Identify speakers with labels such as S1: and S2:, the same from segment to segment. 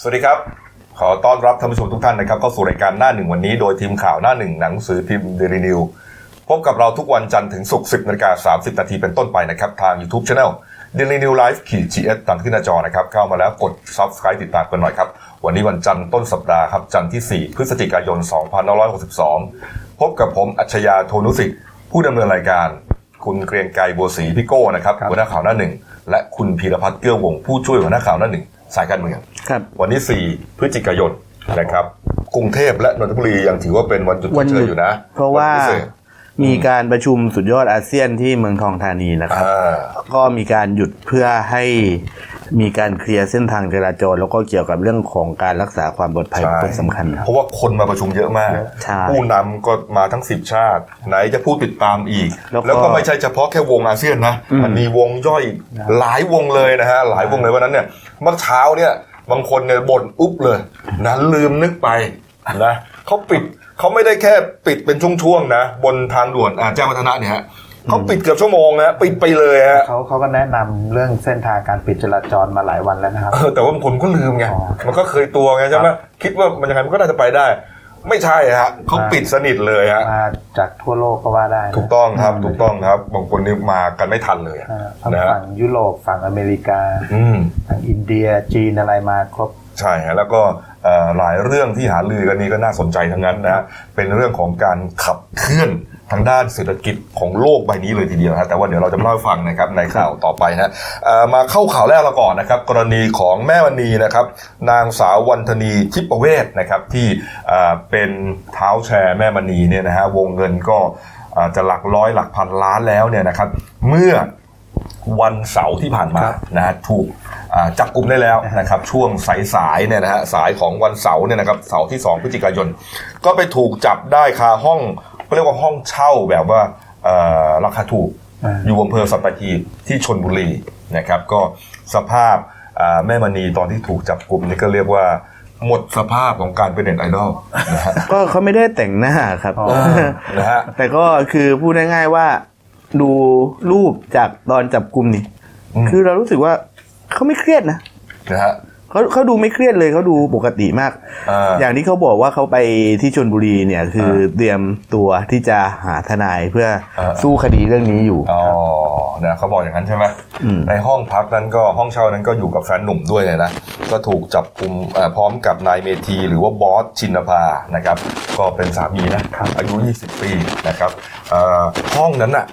S1: สวัสดีครับ ขอต้อนรับท่านผู้ชมทุกท่านนะครับเข้าสู่รายการหน้าหนึ่งวันนี้โดยทีมข่าวหน้าหนึ่งหนังสือพิมพ์เดลินิวพบกับเราทุกวันจันทร์ถึงศุกร์10นาฬิกา30นาทีเป็นต้นไปนะครับ ทาง YouTube Channel d a i l y New Life ขีด GS ตามที่หน้าจอนะครับ เข้ามาแล้วกด Subscribe ติดตามกันหน่อยครับ วันนี้วันจันทร์ต้นสัปดาห์ครับ จันทร์ที่ 4 พฤศจิกายน 2562 พบกับผมอัจฉยาโทนุสิทธิ์ผู้ดำเนินรายการ คุณเกรียงไกรบัวศรีพี่โก้นะครับหัวหน้าข่าวหน้าหนึ่งและคุณพีรพัฒน์เกื้อวงผู้ช่วยหัวหน้าข่าวหน้าหนึ่งสายการเมือง
S2: ครับ
S1: วันที่ 4 พฤศจิกายนนะครับ กรุงเทพและนนทบุรียังถือว่าเป็นวันหยุด
S2: วัน
S1: ชด
S2: ห
S1: เชย
S2: ยุด
S1: อยู่นะ
S2: เพราะว่า
S1: วันพิเศษ
S2: มีการประชุมสุดยอดอาเซียนที่เมืองทองธานีนะครับ
S1: อ่า
S2: ก็มีการหยุดเพื่อให้มีการเคลียร์เส้นทางจราจร แล้วก็เกี่ยวกับเรื่องของการรักษาความปลอดภัย
S1: ใช่
S2: เป็นสำคัญครับ
S1: เพราะว่าคนมาประชุมเยอะมาก
S2: ใช่
S1: ผู้นำก็มาทั้ง 10 ชาติ ไหนจะผู้ติดตามอีก
S2: แล้วก็
S1: แล้วก็ไม่ใช่เฉพาะแค่วงอาเซียนนะ
S2: อืม
S1: นมีวงย่อยหลายวงเลยนะฮะหลายวงเลยวันนั้นเนี่ยเมื่อเช้าเนี่ยบางคนเนี่ยบ่นอุ๊บเลยนะลืมนึกไปนะเขาปิดเขาไม่ได้แค่ปิดเป็นช่วงๆนะ บนทางด่วนอ่าแจ้งวัฒนะเนี่ยฮะเขาปิดเกือบชั่วโมงนะปิดไปเลยฮะ
S3: เขาเขาก็แนะนำเรื่องเส้นทางการปิดจราจรมาหลายวันแล้วนะครับ
S1: เออแต่ว่าคนก็ลืมไง
S3: อ๋อ
S1: มันก็เคยตัวไงใช่ไหมคิดว่ามันยังไงมันก็น่าจะไปได้ ไม่ใช่ฮะเขา
S3: ครับ
S1: ปิดสนิทเลยฮะ
S3: มาจากทั่วโลกก็ว่าได้นะ
S1: ถูกต้องครับถูกต้องครับบางคนนี่มากันไม่ทันเลยอะ
S3: อ่าทั้ง
S1: นะฮะ
S3: ฝั่งยุโรปฝั่งอเมริกา
S1: อืม
S3: ทั้งอินเดียจีนอะไรมาครบ
S1: ใช่ฮะแล้วก็เอ่อหลายเรื่องที่หาลือกันนี้ก็น่าสนใจทั้งนั้นนะฮะเป็นเรื่องของการขับเคลื่อนทางด้านเศรษฐกิจของโลกใบนี้เลยทีเดียวฮะแต่ว่าเดี๋ยวเราจะมาเล่าให้ฟังนะครับในข่าวต่อไปนะฮะเอ่อมาเข้าข่าวแรกเราก่อนนะครับ กรณีของแม่มณีนะครับ นางสาววันธนีทิพเวศนะครับที่เอ่อเป็นเท้าแชร์แม่มณีเนี่ยนะฮะวงเงินก็อ่าจะหลักร้อยหลักพันล้านแล้วเนี่ยนะครับเมื่อวันเสาร์ที่ผ่านมานะฮะถูกอ่าจับกลุ่มได้แล้วนะครับช่วงสายๆเนี่ยนะฮะสายของวันเสาร์เนี่ยนะครับเสาร์ที่ 2 พฤศจิกายน ก็ไปถูกจับได้คาห้องเขาเรียกว่าห้องเช่าแบบว่าเอ่อราคาถูก
S3: อ่า
S1: อยู่อำเภอสัตหีบที่ชนบุรีนะครับก็สภาพอ่าแม่มณีตอนที่ถูกจับกลุ่มนี่ก็เรียกว่าหมดสภาพของการเป็นเน็ตไอดอลนะฮะ
S2: ก็เขาไม่ได้แต่งหน้าครับ
S3: อ๋อ
S1: นะฮะ
S2: แต่ก็คือพูดง่ายๆว่า ดูรูปจากตอนจับกลุ่มนี่
S1: อืม
S2: คือเรารู้สึกว่าเขาไม่เครียดนะ
S1: นะฮะ
S2: เขาเขาดูไม่เครียดเลยเขาดูปกติมาก
S1: อ่า
S2: อย่างที่เขาบอกว่าเขาไปที่ชนบุรีเนี่ยคือเตรียมตัวที่จะหาทนายเพื่อ
S1: เออ
S2: สู้คดีเรื่องนี้อยู่
S1: อ๋อนะเขาบอกอย่างนั้นใช่ไหม
S2: อืม
S1: ในห้องพักนั้นก็ห้องเช่านั้นก็อยู่กับแฟนหนุ่มด้วยเลยนะ ก็ถูกจับกลุ่มเอ่อพร้อมกับนายเมธีหรือว่าบอสชินภานะครับ ก็เป็นสามีนะอายุ 20 ปีนะครับเอ่อห้องนั้นน่ะ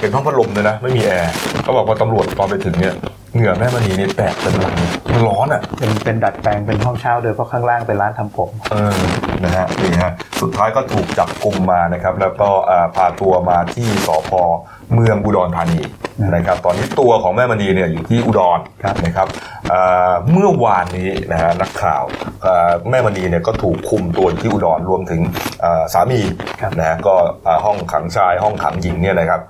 S1: เป็นห้องพัดลมเลยนะ ไม่มีแอร์เขาบอกว่าตำรวจตอนไปถึงเนี่ยเหงื่อแม่มณีเนี่ยแตกเป็นหลังมันร้อนอ่ะ
S3: เป็นเป็นดัดแปลงเป็นห้องเช่าโดยเพราะข้างล่างเป็นร้านทำผม
S1: เออ นะฮะ นี่ฮะ สุดท้ายก็ถูกจับกลุ่มมานะครับ แล้วก็อ่าพาตัวมาที่สพเมืองอุดรธานีนะครับ ตอนนี้ตัวของแม่มณีเนี่ยอยู่ที่อุดร
S3: ครับ
S1: นะครับอ่าเมื่อวานนี้นะฮะนักข่าวอ่าแม่มณีเนี่ยก็ถูกคุมตัวอยู่ที่อุดรรวมถึงอ่าสามีนะฮะก็อ่าห้องขังชายห้องขังหญิงเนี่ยนะครับ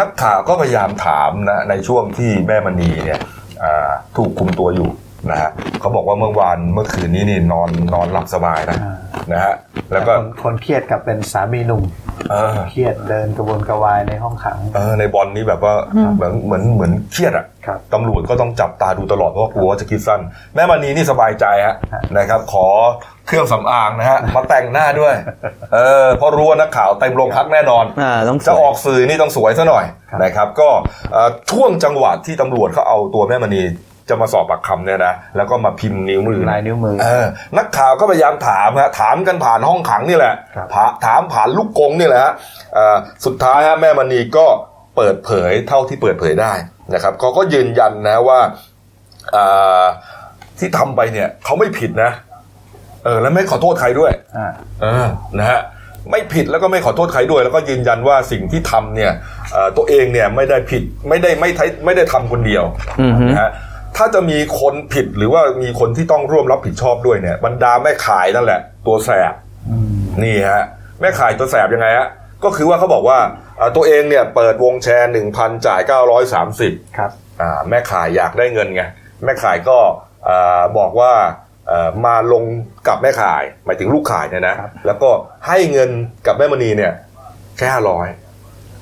S1: นักข่าวก็พยายามถามนะในช่วงที่แม่มณีเนี่ยอ่าถูกคุมตัวอยู่นะฮะเขาบอกว่าเมื่อวานเมื่อคืนนี้นี่นอนนอนหลับสบายนะ
S3: อ่า
S1: นะฮะแล้วก็
S3: คนคนเครียดกับเป็นสามีหนุ่ม
S1: เออ
S3: เครียดเดินกระวนกระวายในห้องขัง
S1: เออในบอลนี้แบบว่าเหมือนเหมือนเหมือนเครียดอ่ะ
S3: ครับ
S1: ตำรวจก็ต้องจับตาดูตลอดเพราะว่ากลัวว่าจะคิดสั้น แม่มณีนี่สบายใจฮะ
S3: ฮะ
S1: นะครับ ขอเครื่องสำอางนะฮะ มาแต่งหน้าด้วย เออเพราะรู้ว่านักข่าวเต็มโรงพักแน่นอน
S2: อ่าต้องสวย
S1: จะออกสื่อนี่ต้องสวยซะหน่อย
S3: ครับ
S1: นะครับ ก็เอ่อช่วงจังหวะที่ตำรวจเขาเอาตัวแม่มณีจะมาสอบปากคำเนี่ยนะแล้วก็มาพิมพ์นิ้วมือ
S3: ลายนิ้วมือ
S1: เออนักข่าวก็พยายามถามฮะถามกันผ่านห้องขังนี่แหละ
S3: ครับ
S1: ผาถามผ่านลูกกงนี่แหละฮะเอ่อสุดท้ายฮะแม่มณีก็เปิดเผยเท่าที่เปิดเผยได้นะครับเขาก็ยืนยันนะว่าอ่าที่ทำไปเนี่ยเขาไม่ผิดนะ เออแล้วไม่ขอโทษใครด้วย
S3: อ่า
S1: เออนะฮะไม่ผิดแล้วก็ไม่ขอโทษใครด้วย แล้วก็ยืนยันว่าสิ่งที่ทำเนี่ยเอ่อตัวเองเนี่ยไม่ได้ผิดไม่ได้ไม่ใช้ไม่ได้ทำคนเดียว
S2: อือฮึ
S1: นะฮะถ้าจะมีคนผิดหรือว่ามีคนที่ต้องร่วมรับผิดชอบด้วยเนี่ยบรรดาแม่ขายนั่นแหละ ตัวแสบนี่ฮะแม่ขายตัวแสบยังไงฮะก็คือว่าเขาบอกว่าเอ่อตัวเองเนี่ยเปิดวงแชร์ 1,000 จ่าย 930
S3: ครับ
S1: อ่าแม่ขายอยากได้เงินไงแม่ขายก็อ่าบอกว่าเอ่อมาลงกับแม่ขายหมายถึงลูกขายเนี่ยนะครับ แล้วก็ให้เงินกับแม่มณีเนี่ยแค่ห้าร้อย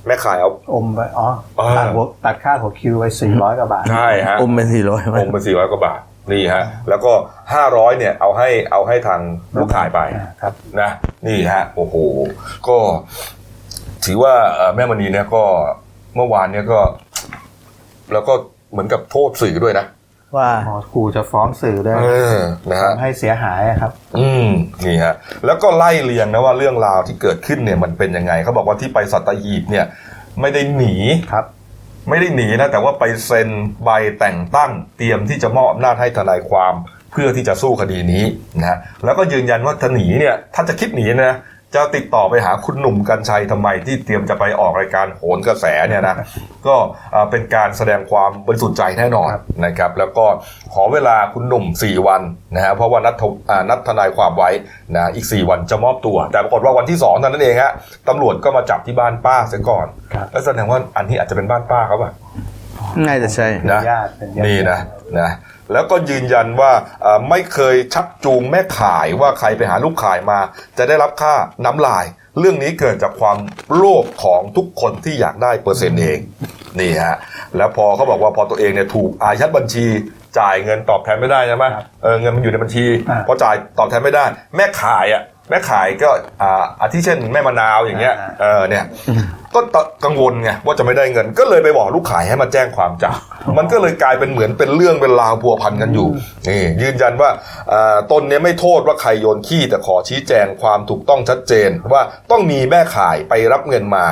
S1: แม่ขายเอา
S3: อมไปอ๋อ
S1: เออ
S3: ตัดหัวตัดค่าหัวคิวไป400กว่าบาท
S1: ใช่ฮะ
S2: อมเป็นสี่ร้อย
S1: อมเป็นสี่ร้อยกว่าบาท นี่ฮะแล้วก็ 500เนี่ยเอาให้เอาให้ทางลูกขายไป
S3: อ่าครับ
S1: นะนี่ฮะโอ้โหก็ถือว่าเอ่อแม่มณีเนี่ยก็เมื่อวานเนี่ยก็ แล้วก็เหมือนกับโทษสื่อด้วยนะ
S2: ว่า
S3: หมอขู่จะฟ้องสื่อด้วย
S1: เออนะฮะ
S3: ทำให้เสียหายอะครับ
S1: อืมนี่ฮะแล้วก็ไล่เรียงนะว่าเรื่องราวที่เกิดขึ้นเนี่ยมันเป็นยังไงเขาบอกว่าที่ไปสัตหีบเนี่ย ไม่ได้หนี
S3: ครับ
S1: ไม่ได้หนีนะแต่ว่าไปเซ็นใบแต่งตั้ง เตรียมที่จะมอบอำนาจให้ทนายความเพื่อที่จะสู้คดีนี้นะฮะแล้วก็ยืนยันว่าจะหนีเนี่ยถ้าจะคิดหนีนะจะติดต่อไปหาคุณหนุ่มกัญชัยทำไมที่เตรียมจะไปออกรายการโหนกระแสเนี่ยนะก็เอ่อเป็นการแสดงความบริสุทธิ์ใจแน่นอน
S3: ครับ
S1: นะครับแล้วก็ขอเวลาคุณหนุ่ม 4 วันนะฮะเพราะว่านัดทวอ่านัดทนายความไว้นะอีก 4 วันจะมอบตัว แต่ปรากฏว่าวันที่2เท่านั้นเองฮะตำรวจก็มาจับที่บ้านป้าเสียก่อน
S3: ครับ
S1: ก็แสดงว่าอันนี้อาจจะเป็นบ้านป้าเขาป่ะ
S2: น่าจะใช่
S1: นะ
S3: ญาติเป็นญาติ
S1: นี่นะนะแล้วก็ยืนยันว่าเอ่อไม่เคยชักจูงแม่ขายว่าใครไปหาลูกขายมา จะได้รับค่าน้ำลาย เรื่องนี้เกิดจากความโลภของทุกคนที่อยากได้เปอร์เซ็นต์เองนี่ฮะแล้วพอเขาบอกว่าพอตัวเองเนี่ยถูกอายัดบัญชีจ่ายเงินตอบแทนไม่ได้ใช่ไหมเออเงินมันอยู่ในบัญชี
S3: า
S1: พอจ่ายตอบแทนไม่ได้ แม่ขายอ่ะแม่ขายก็อ่าอาทิเช่นแม่มะนาวอย่างเงี้ยเออเนี่ย ก็ตะกังวลไงว่าจะไม่ได้เงินก็เลยไปบอกลูกขายให้มาแจ้งความจับมันก็เลยกลายเป็นเหมือนเป็นเรื่องเป็นราวพัวพันกันอยู่นี่ยืนยันว่าอ่าตนเนี่ยไม่โทษว่าใครโยนขี้แต่ขอชี้แจงความถูกต้องชัดเจน ว่าต้องมีแม่ขายไปรับเงินมา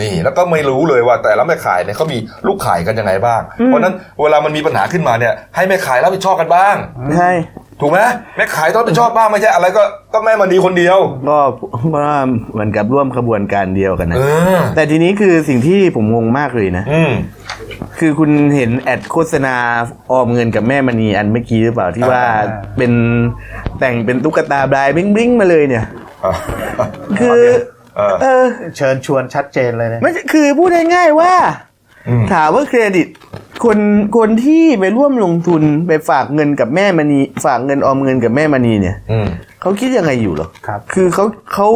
S1: นี่แล้วก็ไม่รู้เลยว่าแต่ละแม่ขายเนี่ยเขามีลูกขายกันยังไงบ้าง เพราะฉะนั้นเวลามันมีปัญหาขึ้นมาเนี่ยให้แม่ขายรับผิดชอบกันบ้าง
S2: ใช่
S1: ถูกไหมแม่ขายต้องรับผิดชอบบ้างไม่ใช่อะไรก็ก็แม่มันดีคนเดียว
S2: ก็เพราะว่าเหมือนกับร่วมขบวนการเดียวกันนะ
S1: เออ
S2: แต่ทีนี้คือสิ่งที่ผมงงมากเลยนะ
S1: อืม
S2: คือคุณเห็นแอดโฆษณาออมเงินกับแม่มณีอันเมื่อกี้หรือเปล่าที่ว่า
S3: อ่า
S2: เป็นแต่งเป็นตุ๊กตาบลายบลิ้งบลิ้งมาเลยเนี่ย คือ
S1: เออ
S2: เออ
S3: เชิญชวนชัดเจนเลยนะ
S2: ไม่ใช่คือพูดง่ายๆว่า
S1: อืม
S2: ถามว่าเครดิต คนคนที่ไปร่วมลงทุนไปฝากเงินกับแม่มณีฝากเงินออมเงินกับแม่มณีเนี่ย
S1: อืม
S2: เขาคิดยังไงอยู่เหรอ
S3: ครับ
S2: คือเขาเขา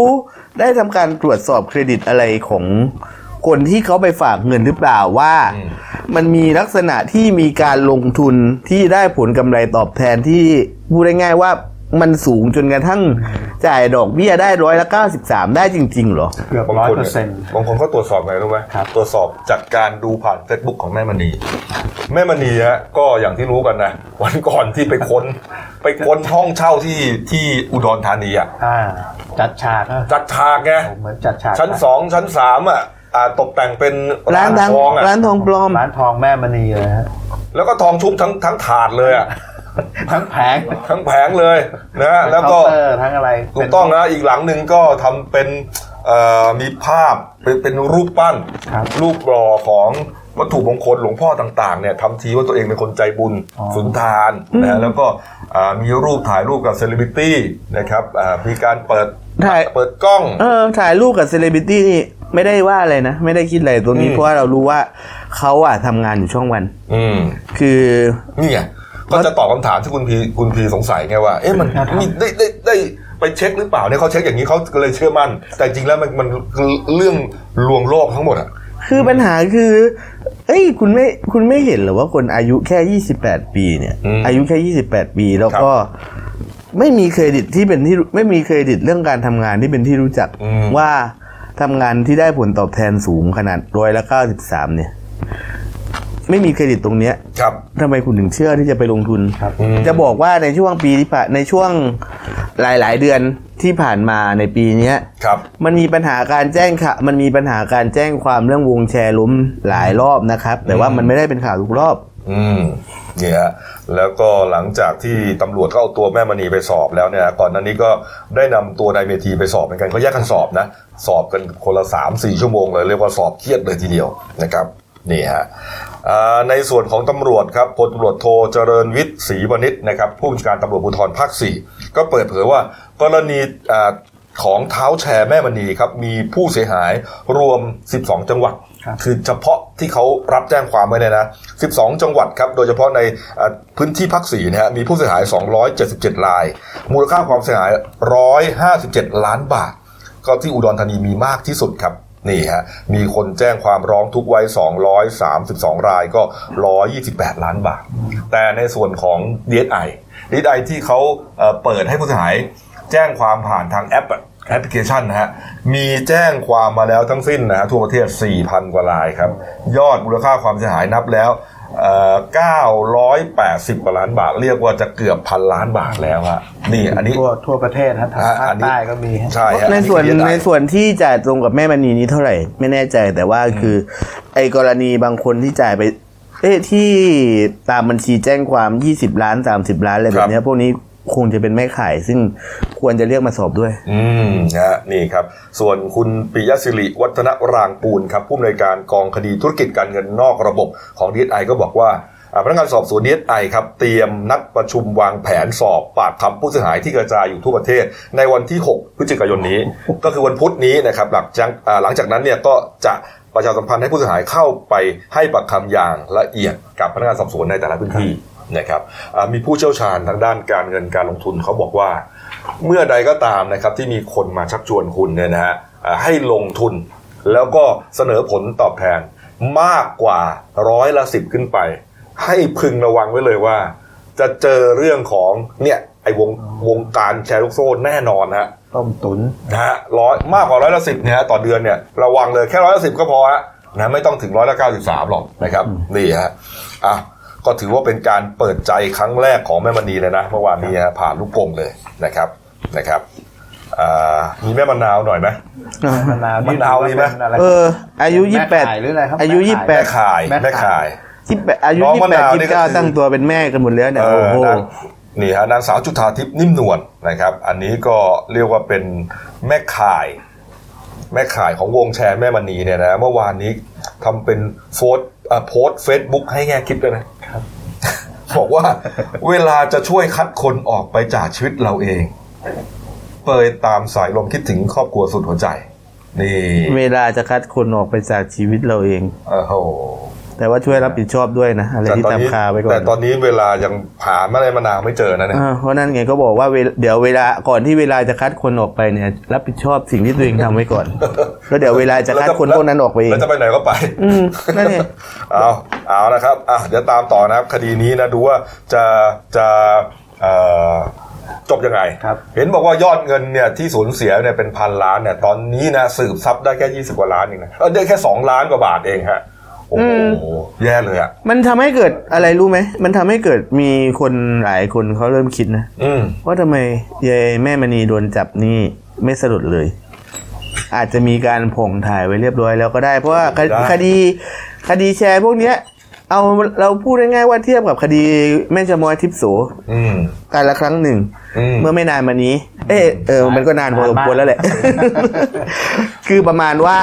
S2: ได้ทำการตรวจสอบเครดิตอะไรของคนที่เขาไปฝากเงินหรือเปล่าว่า
S1: อืม
S2: มันมีลักษณะที่มีการลงทุนที่ได้ผลกำไรตอบแทนที่พูดง่ายๆว่ามันสูงจนกระทั่งจ่ายดอกเบี้ยได้ร้อยละเก้าสิบสามได้จริงๆเหรอ
S3: เกือบ
S1: บาง
S3: ร้อย
S1: คน
S3: เปอร์เซ็นต์
S1: บางคนก็ตรวจสอบไงรู้ไหม
S3: ครับ
S1: ตรวจสอบจากการดูผ่าน Facebook ของแม่มณี แม่มณีฮะก็อย่างที่รู้กันนะ วันก่อนที่ไปค้น ไปค้นห้องเช่าที่ที่อุดรธานีอ่ะ
S3: อ่า จัดฉากนะ
S1: จัดฉากไง
S3: เหมือนจัดฉาก
S1: ชั้นสองชั้นสามอ่ะอ่าตกแต่งเป็น
S2: ร้านทอง
S1: ทองอ่ะ
S2: ร้านทองปลอม
S3: ร้านทองแม่มณีเลยฮะ
S1: แล้วก็ทองชุบทั้งทั้งถาดเลยอ่ะ
S3: ทั้งแผง
S1: ทั้งแผงเลยนะฮะแล้วก็
S3: ทั้งเคาน์เตอร์ทั้งอะไร
S1: ถูกต้องนะอีกหลังหนึ่งก็ทำเป็นเอ่อมีภาพเป็นเป็นรูปปั้น
S3: ครับ
S1: รูปหล่อของวัตถุมงคลหลวงพ่อต่างๆเนี่ยทำทีว่าตัวเองเป็นคนใจบุญ
S3: อ๋อ
S1: สุนทานนะฮะแล้วก็อ่ามีรูปถ่ายรูปกับเซเลบริตี้นะครับอ่ามีการเปิด
S2: ถ่าย
S1: เปิดกล้อง
S2: เออถ่ายรูปกับเซเลบริตี้นี่ไม่ได้ว่าอะไรนะ ไม่ได้คิดอะไรตรงนี้
S1: อืม
S2: เพราะว่าเรารู้ว่าเขาอะทำงานอยู่ช่องวัน
S1: อืม
S2: คือ
S1: นี่ไงก็จะตอบคำถามที่คุณพีคุณพีสงสัยไงว่า เอ๊ะมัน
S3: ครับ
S1: มีได้ได้ได้ไปเช็คหรือเปล่าเนี่ยเขาเช็คอย่างนี้เขาก็เลยเชื่อมั่น แต่จริงแล้วมันมันเรื่องลวงโลกทั้งหมดอะ
S2: คือปัญหาคือ เอ้ย คุณไม่ คุณไม่เห็นเหรอว่าคนอายุแค่ 28 ปีเนี่ย
S1: อืม
S2: อายุแค่ 28 ปี แล้วก็ไม่มีเครดิตที่เป็นที่รู้ไม่มีเครดิตเรื่องการทำงานที่เป็นที่รู้จัก
S1: อืม
S2: ว่าทำงานที่ได้ผลตอบแทนสูงขนาดร้อยละ93 เนี่ย ไม่มีเครดิตตรงเนี้ย
S1: ครับ
S2: ทำไมคุณถึงเชื่อที่จะไปลงทุน
S3: ครับ
S1: อืม
S2: จะบอกว่าในช่วงปีที่ผ่านในช่วงหลาย ๆ เดือนที่ผ่านมาในปีเนี้ย
S1: ครับ
S2: มันมีปัญหาการแจ้งค่ะ มันมีปัญหาการแจ้งความเรื่องวงแชร์ล้มหลายรอบนะครับ แต่ว่ามันไม่ได้เป็นข่าวทุกรอบ
S1: อืมเนี่ยฮะแล้วก็หลังจากที่ตำรวจก็เอาตัวแม่มณีไปสอบแล้วเนี่ยนะก่อนหน้านี้ก็ได้นำตัวนายเมธีไปสอบเหมือนกันเขาแยกกันสอบนะ สอบกันคนละสามสี่ชั่วโมงเลยเรียกว่าสอบเครียดเลยทีเดียวนะครับนี่ฮะอ่าในส่วนของตำรวจครับพลตำรวจโทเจริญวิทย์ศรีวณิชนะครับผู้บัญชาการตำรวจภูธรภาคสี่ก็เปิดเผยว่ากรณีอ่าของเท้าแชร์แม่มณีครับมีผู้เสียหายรวม 12 จังหวัด
S3: ครับ
S1: คือเฉพาะที่เขารับแจ้งความไว้เนี่ยนะ 12 จังหวัดครับ โดยเฉพาะในเอ่อพื้นที่ภาคสีนะฮะ มีผู้เสียหาย 277 ราย มูลค่าความเสียหาย 157 ล้านบาท ก็ที่อุดรธานีมีมากที่สุดครับ นี่ฮะมีคนแจ้งความร้องทุกข์ไว้ 232 รายก็ 128 ล้านบาท แต่ในส่วนของ DSI DSI ที่เขาเอ่อเปิดให้ผู้เสียหาย แจ้งความผ่านทางแอปอะแอปพลิเคชันนะฮะ มีแจ้งความมาแล้วทั้งสิ้นนะฮะทั่วประเทศ 4,000 กว่ารายครับ ยอดมูลค่าความเสียหายนับแล้วเอ่อ980 กว่าล้านบาท เรียกว่าจะเกือบพันล้านบาทแล้วฮะนี่อันนี้
S3: ทั่วทั่วประเทศฮะทาง
S1: อ่ะ
S3: ภา
S1: อั
S3: คน
S1: นี้
S3: ใต้ก็มีฮะ
S1: ใช่ฮะ
S2: ในส่วน
S1: อั DSI
S2: ในส่วนที่จ่ายตรงกับแม่มณีนี้เท่าไหร่ ไม่แน่ใจแต่ว่าคือไอ้กรณีบางคนที่จ่ายไป เอ๊ะที่ตามบัญชีแจ้งความ 20 ล้าน 30 ล้านอะไร
S1: ค
S2: แบ
S1: รับ
S2: บเนี้ยพวกนี้คงจะเป็นแม่ขาย ซึ่งควรจะเรียกมาสอบด้วย
S1: อืมนะฮะนี่ครับ ส่วนคุณปิยศิริวัฒนรางปูลครับผู้อำนวยการกองคดีธุรกิจการเงินนอกระบบของดีไอก็บอกว่าอ่าพนักงานสอบสวนดีไอครับ เตรียมนัดประชุมวางแผนสอบปากคำผู้เสียหายที่กระจายอยู่ทั่วประเทศ ในวันที่ 6 พฤศจิกายนนี้ ก็คือวันพุธนี้นะครับหลังจากอ่าหลังจากนั้นเนี่ยก็จะประชาสัมพันธ์ให้ผู้เสียหายเข้าไปให้ปากคำอย่างละเอียดกับพนักงานสอบสวนในแต่ละพื้นที่นะครับอ่ามีผู้เชี่ยวชาญทางด้านการเงินการลงทุนเขาบอกว่า เมื่อใดก็ตามนะครับที่มีคนมาชักชวนคุณเนี่ยนะฮะเอ่อให้ลงทุน แล้วก็เสนอผลตอบแทนมากกว่าร้อยละสิบขึ้นไป ให้พึงระวังไว้เลยว่า จะเจอเรื่องของเนี่ยไอ้วงวงการแชร์ลูกโซ่แน่นอนฮะ
S3: ต้มตุ๋น
S1: นะฮะร้อยมากกว่าร้อยละสิบเนี่ยฮะต่อเดือนเนี่ยระวังเลยแค่ร้อยละสิบก็พอฮะนะไม่ต้องถึงร้อยละเก้าสิบสามหรอกนะครับนี่ฮะอ่ะก็ถือว่าเป็นการเปิดใจครั้งแรกของแม่มณีเลยนะเมื่อวานนี้ฮะผ่านลูกกงเลยนะครับนะครับอ่ามีแม่มะนาวหน่อยไหม
S3: มะนาวนี่
S1: มะนาว
S3: ถือ
S1: มีไหม
S3: เป็นอะไร
S2: เออ อายุ
S3: แม่ขหรืออะไรครับ
S2: 28 อายุ
S3: แม่ข
S1: แม่ข่าย
S3: แม่
S1: แม่
S3: ข่า
S1: ข่าย ย
S2: 28 28อายุ
S1: น้องมะนาวนี่
S2: 28
S1: ก็คือ
S2: 29 ตั้งตัวเป็นแม่กันหมดแล้วเนี่ย
S1: เอ
S2: โอ้
S1: อ
S2: โห
S1: นางนี่ฮะนางสาวจุธาทิพย์นิ่มนวลนะครับ อันนี้ก็เรียกว่าเป็นแม่ข่าย แม่ข่ายของวงแชร์แม่มณีเนี่ยนะเมื่อวานนี้ทำเป็นโฟสเอ่อโพสเฟซบุ๊กให้แง่คิดด้วยนะ บอกว่าเวลาจะช่วยคัดคนออกไปจากชีวิตเราเอง เปยตามสายลมคิดถึงครอบครัวสุดหัวใจ นี่
S2: เวลาจะคัดคนออกไปจากชีวิตเราเอง
S1: โอ้โห
S2: แต่ว่าช่วยรับผิดชอบด้วยนะ อะไรที่ตามคาไว้ก่อน
S1: แต่ตอนนี้เวลายังหาอะไรมะนาวไม่เจอนะเนี่ย
S2: อ่าเพราะนั่นไงก็บอกว่าเวลเดี๋ยวเวลาก่อนที่เวลาจะคัดคนออกไปเนี่ย รับผิดชอบสิ่งที่ตัวเองทำไว้ ก่อน แล้วเดี๋ยวเวลาจะคัดคนพวกนั้นออกไปเอง
S1: แล้วจะไปไหนก็ไป
S2: อืมนั่นไง
S1: เอาเอานะครับอ่ะเดี๋ยวตามต่อนะครับ คดีนี้นะดูว่าจะจะเอ่อจบยังไง
S3: ครับ
S1: เห็นบอกว่ายอดเงินเนี่ยที่สูญเสียเนี่ยเป็นพันล้านเนี่ยตอนนี้นะสืบทรัพย์ได้แค่ 20 กว่าล้านเองนะเออได้แค่ 2 ล้านกว่าบาทเองฮะโอ้โหแย่เลยอ่ะ
S2: มันทำให้เกิดอะไรรู้ไหม มันทำให้เกิดมีคนหลายคนเขาเริ่มคิดนะ
S1: อืม
S2: ว่าทำไมยายแม่มณีโดนจับนี่ไม่สลดเลย อาจจะมีการผงถ่ายไว้เรียบร้อยแล้วก็ได้ เพราะว่าคด
S1: ได้
S2: คดีคดีแชร์พวกเนี้ย เอาเราพูดง่ายๆว่าเทียบกับคดีแม่ชะมอยทิพย์โส
S1: อืม
S2: การละครั้งหนึ่ง
S1: อืม
S2: เมื่อไม่นานมานี้ เอ๊ะเออ มันก็นานพอสม
S3: นานมาก
S2: ควรแล้วแหละ คือประมาณว่า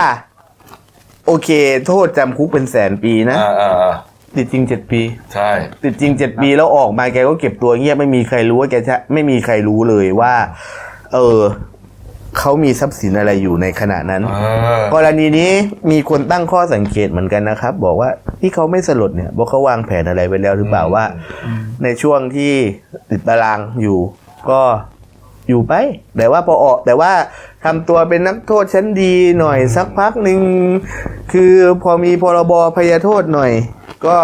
S2: โอเค โทษจำคุกเป็นแสนปีนะ
S1: อ่าอ่าอ่า
S2: ติดจริงเจ็ดปี
S1: ใช่
S2: ติดจริงเจ็ดปีแล้วออกมาแกก็เก็บตัวเงียบไม่มีใครรู้ว่าแกจะไม่มีใครรู้เลยว่า เออ เขามีทรัพย์สินอะไรอยู่ในขณะนั้น
S1: อ่าก
S2: รณีนี้มีคนตั้งข้อสังเกตเหมือนกันนะครับ บอกว่าที่เขาไม่สลดเนี่ยว่าเขาวางแผนอะไรไว้แล้วหรือเปล่าว่า ในช่วงที่ติดตารางอยู่ ก็อยู่ไป แต่ว่าพอออกแต่ว่าทำตัวเป็นนักโทษชั้นดีหน่อยสักพักหนึ่งคือพอมีพรบพยโทษหน่อย ก็